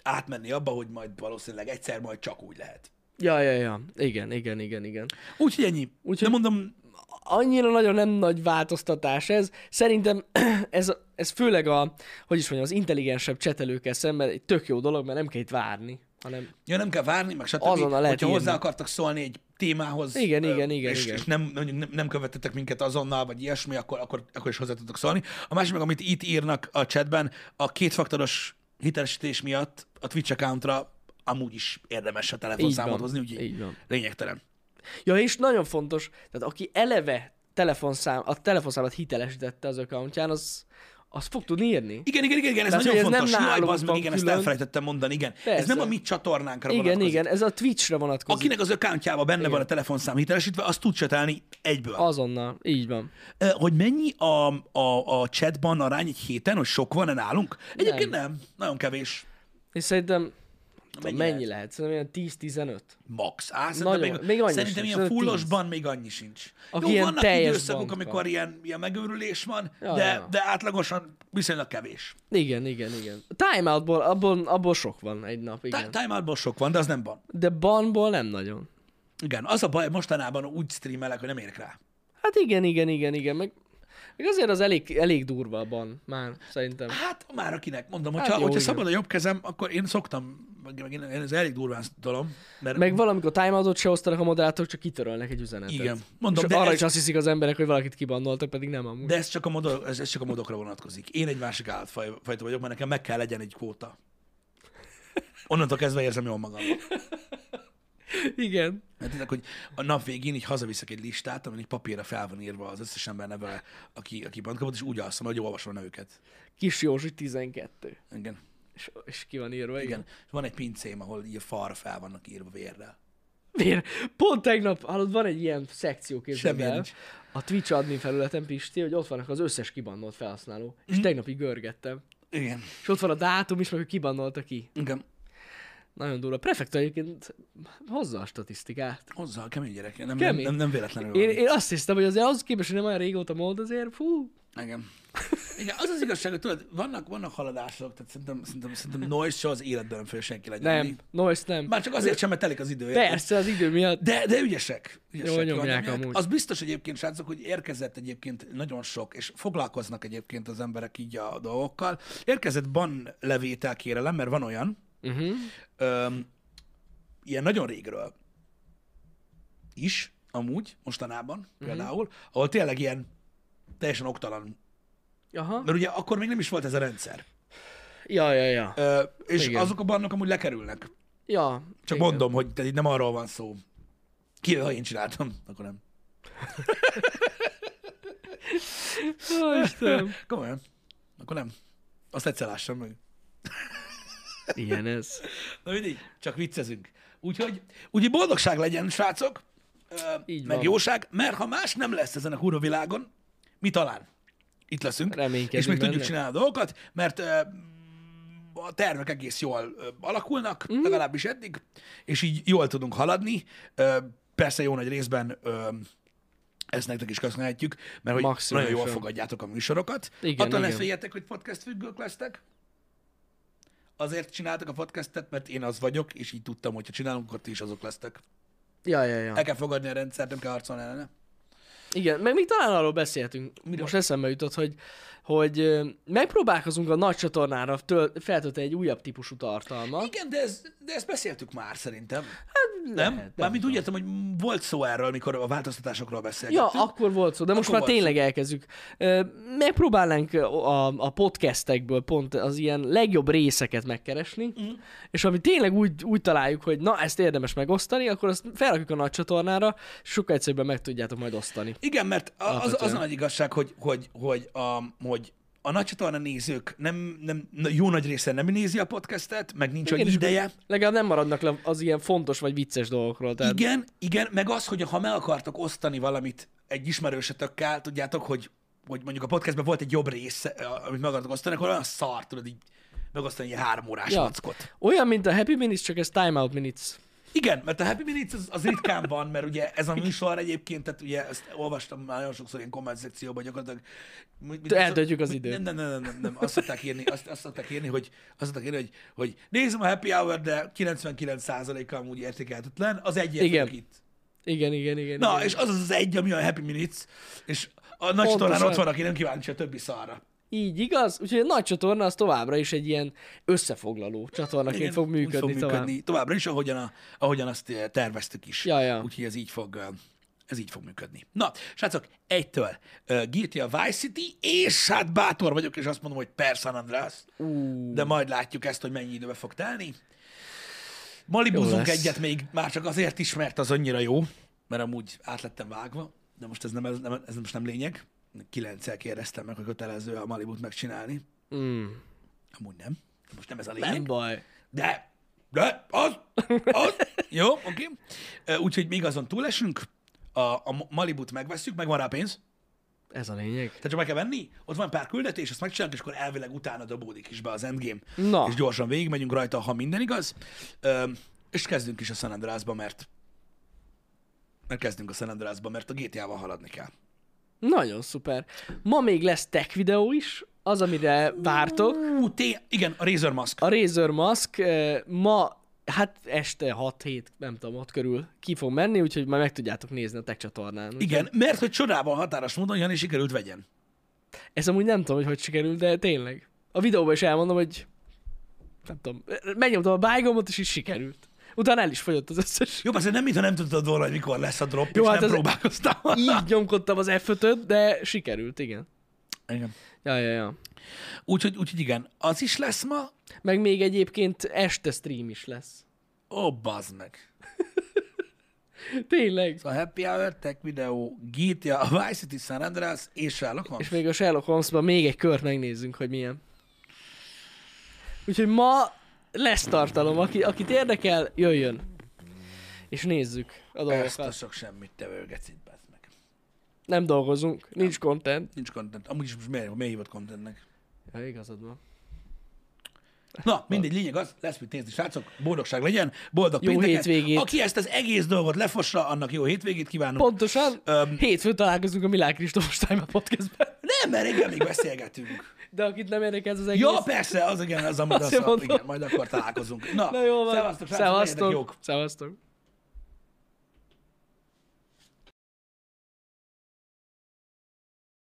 átmenni abba, hogy majd valószínűleg egyszer majd csak úgy lehet.
Ja, ja, ja. Igen, igen, igen, igen.
Úgyhogy ennyi. Úgyhogy... De mondom,
annyira nagyon nem nagy változtatás ez. Szerintem ez, ez főleg a, hogy is mondjam, az intelligensebb csetelőkkel szemben egy tök jó dolog, mert nem kell itt várni, hanem
Ja, nem kell várni, meg stb.
Azonnal lehet
Hogyha hozzá
írni.
akartak szólni egy témához,
Igen, igen, igen,
és,
igen.
és nem, mondjuk nem, nem követtetek minket azonnal, vagy ilyesmi, akkor, akkor, akkor is hozzá tudtok szólni. A másik meg, amit itt írnak a chatben, a kétfaktoros hitelesítés miatt a Twitch accountra amúgy is érdemes a
Így
telefonszámot
van,
hozni, úgyhogy
így van.
lényegtelen.
Ja, és nagyon fontos, tehát aki eleve telefonszám, a telefonszámot hitelesítette az accountján, az, az fog tudni írni.
Igen, igen, igen, igen ez
Tehát,
nagyon
hogy ez nem
fontos. Jaj,
nálunk
bazd meg,
van
igen, ezt
külön.
elfelejtettem mondani, igen. Ez
Persze.
nem a mi csatornánkra
Igen,
vonatkozik.
igen, ez a Twitch-re vonatkozik. Akinek...
Akinek az accountjában benne van a telefonszám hitelesítve, azt tud csetelni egyből.
Azonnal, így van.
Ö, hogy mennyi a, a, a chatban arány egy héten, hogy sok van-e nálunk? Egyébként nem, nem nagyon kevés.
És szerintem mennyi,
Mennyi
mennyi lehet? Szerintem ilyen 10-15.
Max. Á,
Nagyon,
szerintem még,
még
még
annyi
szerintem
sincs,
ilyen
szerintem
fullosban még annyi sincs.
Aki
Jó,
ilyen
vannak
teljes
időszakok,
bankban.
amikor ilyen, ilyen megőrülés van,
Ja,
de,
ja, ja.
de átlagosan viszonylag kevés.
Igen, igen, igen. Timeoutból, abból, abból sok van egy nap, igen.
Ti- Timeoutból sok van, de az nem van.
De banból nem nagyon.
Igen, az a baj, mostanában úgy streamelek, hogy nem érek rá.
Hát igen, igen, igen, igen, meg, meg azért az elég, elég durva a ban, már szerintem.
Hát már akinek, mondom,
Hát
hogyha,
jó,
hogyha
igen.
szabad a jobb kezem, akkor én szoktam ö, meg, meg én, én ez elég durván talom, mert
Meg valamikor timeoutot se osztanak a moderátorok, csak kitörölnek egy üzenetet.
igen,
Mondom,
mondom,
és
de
arra
ez,
is azt hiszik az emberek, hogy valakit kibannoltak, pedig nem amúgy.
de ez, csak a modok, ez, ez csak a modokra vonatkozik. Én egy másik állatfajta vagyok, mert nekem meg kell legyen egy kvóta. Onnantól kezdve érzem jól magam.
Igen.
Hát tényleg, hogy a nap végén így hazaviszek egy listát, amin egy papírra fel van írva az összes ember neve, aki, aki bant kapott, és úgy alszom, hogy olvasom a nevüket.
Kis Józsi 12.
Igen.
És, és ki van írva, igen.
Igen. És van egy pincém, ahol így a falra fel vannak írva vérrel.
Miért? Pont tegnap, hallod, van egy ilyen szekció képzeld
Semmilyen
el,
nincs.
a Twitch admin felületen, Pisti, hogy ott vannak az összes kibannolt felhasználó. És
Mhm.
tegnap így görgettem.
Igen.
És ott van a dátum is, meg hogy kibannolta ki.
Igen.
Nagyon durva. A prefektor egyébként hozza a statisztikát.
Hozzá a kemény gyerek. Nem, nem,
Kemény.
nem, nem véletlenül
Én,
van.
én azt hiszem, hogy azért az képest, hogy nem olyan régóta mód azért, fú,
Igen. Igen, az az igazság, hogy tudod, vannak, vannak haladások, tehát szerintem, szerintem, szerintem noise se az életben nem fog senki legyen.
nem, noise nem.
Már csak azért sem, mert telik az idő. érted?
Persze, az idő miatt.
De, de ügyesek. ügyesek
Jól nyomják amúgy.
Az biztos egyébként, srácok, hogy érkezett egyébként nagyon sok, és foglalkoznak egyébként az emberek így a dolgokkal. Érkezett ban levétel kérelem, mert van olyan,
Uh-huh.
öm, ilyen nagyon régről is, amúgy,
Mhm.
mostanában például, ahol tényleg ilyen teljesen oktalan.
Aha.
Mert ugye akkor még nem is volt ez a rendszer.
Ja, ja, ja.
Ö, és
Igen.
Igen. azok a bannok amúgy lekerülnek.
ja
Csak
igen.
Igen. mondom, hogy tehát itt nem arról van szó. Ki, ha én csináltam, akkor nem.
Ó, Istenem.
Komolyan? Akkor nem. Azt egyszer lássam meg.
Ilyen ez.
Na mindig, csak viccezünk. Úgyhogy, úgyhogy boldogság legyen, srácok, Ö,
Így
meg
van.
jóság, mert ha más nem lesz ezen a kurva világon, mi talán itt leszünk,
Reménykedünk
és még tudjuk
benne.
csinálni a dolgokat, mert ö, a tervek egész jól ö, alakulnak,
Mhm.
mm. legalábbis eddig, és így jól tudunk haladni. Ö, persze jó nagy részben ö, ezt nektek is köszönhetjük, mert hogy
Maximálisan.
nagyon jól fogadjátok a műsorokat.
Igen,
Attól ne
igen.
féljetek, hogy podcast függők lesztek, azért csináltak a podcastet, mert én az vagyok, és így tudtam, hogyha csinálunk, akkor ti is azok lesztek.
Ja, ja, ja.
El kell fogadni a rendszert, nem kell harcolni ellene.
Igen, meg még talán arról beszéltünk, Miről? most eszembe jutott, hogy, hogy ö, megpróbálkozunk a nagy csatornára töl- feltölteni egy újabb típusú tartalmat.
Igen, de, ez, de ezt beszéltük már szerintem. Hát, nem?
lehet,
Mármint úgy értem, hogy volt szó erről, mikor a változtatásokról beszéltünk.
Ja, akkor volt szó, de most
Hát Akkor
már
volt
tényleg elkezdjük. Ö, Megpróbálnánk a, a podcastekből pont az ilyen legjobb részeket megkeresni,
Mhm.
mm. és ami tényleg úgy, úgy találjuk, hogy na, ezt érdemes megosztani, akkor azt felrakjuk a nagy csatornára, és sokkal egyszerűbben meg tudjátok majd osztani.
Igen, mert a- az, az
Alapvetően.
a nagy igazság, hogy, hogy, hogy, a, hogy a nagy csatorna nézők nem, nem, na- jó nagy része nem nézi a podcastet, meg nincs
Igen,
annyi
és akkor
ideje.
Legalább nem maradnak le az ilyen fontos vagy vicces dolgokról. Tehát...
Igen, igen, meg az, hogy ha meg akartok osztani valamit egy ismerősötökkel, tudjátok, hogy, hogy mondjuk a podcastben volt egy jobb része, amit meg akartok osztani, akkor olyan szar, tudod így megosztani ilyen három órás ja.
Ja.
lackot.
Olyan, mint a Happy Minutes, csak ez Time Out Minutes.
Igen, mert a Happy Minutes az, az ritkán van, mert ugye ez a műsor egyébként, tehát ugye ezt olvastam már nagyon sokszor ilyen komment szekcióban gyakorlatilag. Mit, mit,
Eldöntjük az
mit-
időt.
Nem, nem, nem, nem, nem, nem. Azt szokták írni, azt, azt szokták írni, hogy, azt szokták írni, hogy, hogy nézem a Happy Hour, de 99%-a amúgy értékeltetlen, az egyet
Igen.
itt.
Igen, igen, igen.
Na,
igen.
és az az az egy, ami a Happy Minutes, és a nagy
Pontosan.
csatornán ott van, aki nem kíváncsi a többi szarra.
Így igaz, úgyhogy a nagy csatorna az továbbra is egy ilyen összefoglaló csatornaként
Igen,
fog
úgy
működni, fog működni. tovább.
továbbra is, ahogyan, a, ahogyan azt eh, terveztük is.
Ja, ja.
Úgyhogy ez így fog eh, ez így fog működni. Na, srácok, egytől uh, Guilty a Vice City, és hát bátor vagyok, és azt mondom, hogy per San Andreas. Uh. De majd látjuk ezt, hogy mennyi időbe fog telni. Malibuzunk
lesz.
egyet még, már csak azért is, mert az annyira jó, mert amúgy át lettem vágva, de most ez, nem, ez, nem, ez most nem lényeg. Kilenccel kérdeztem meg, hogy kötelező a Malibut megcsinálni.
Mm,
Amúgy nem. Most nem ez a lényeg.
nem baj.
De, de, az, az. Jó, oké. Ö, Úgyhogy még azon túlesünk, a, a Malibut megveszünk, meg van rá pénz,
Ez a lényeg.
tehát csak meg kell venni, ott van pár küldetés, azt megcsináljuk, és akkor elvileg utána dobódik is be az endgame.
Na.
És gyorsan végigmegyünk rajta, ha minden igaz. Ö, és kezdünk is a San Andreasba, mert mert kezdünk a San Andreasba, mert a GTA-val haladni kell.
Nagyon szuper. Ma még lesz tech videó is, az, amire vártok.
Ú, té- igen, a Razer Mask.
A Razer Mask eh, ma, hát este 6-7, nem tudom, ott körül ki fog menni, úgyhogy majd meg tudjátok nézni a tech csatornán.
Igen, mert hogy csodával határos módon Jani sikerült vegyen.
Ez amúgy nem tudom, hogy hogy sikerült, de tényleg. A videóban is elmondom, hogy nem tudom, megnyomtam a bájgomot, és így sikerült. Utána el is fogyott az összes.
Jó, persze nem, mintha nem tudtad volna, hogy mikor lesz a drop,
Jó,
Jó, és
hát
nem
az-
próbálkoztam.
Így nyomkodtam az f de sikerült, igen.
Igen.
Ja, ja, ja.
Úgyhogy, úgyhogy igen, az is lesz ma.
Meg még egyébként este stream is lesz.
Ó, bazd meg.
Tényleg.
A Happy Hour, Tech Video, GTA, Vice City, San Andreas és Sherlock Holmes.
És még a Sherlock Holmesban még egy kört megnézzünk, hogy milyen. Úgyhogy ma lesz tartalom, Aki, akit érdekel, jöjjön. És nézzük a
Ezt a
dolgokat.
sok semmit tevő gecit, bazd meg.
Nem dolgozunk, nincs content.
Nincs content. Amúgy is most miért, miért hívott contentnek?
Ja, igazad van.
Na, mindegy, lényeg az, lesz mit nézni, srácok, boldogság legyen, boldog
Jó
pénteket.
hétvégét.
Aki ezt az egész dolgot lefossa, annak jó hétvégét kívánunk.
Pontosan,
Öm.
um, hétfőn találkozunk a Milák Kristófos Time podcastben.
Nem, mert igen, még beszélgetünk.
De akit nem érdekel ez az egész...
Ja, persze, az igen, az amúgy
Azt
az,
mondom.
igen, majd akkor találkozunk. Na,
Na jó van.
szevasztok, srácok, legyetek jók.
Szevasztok. Szevasztok.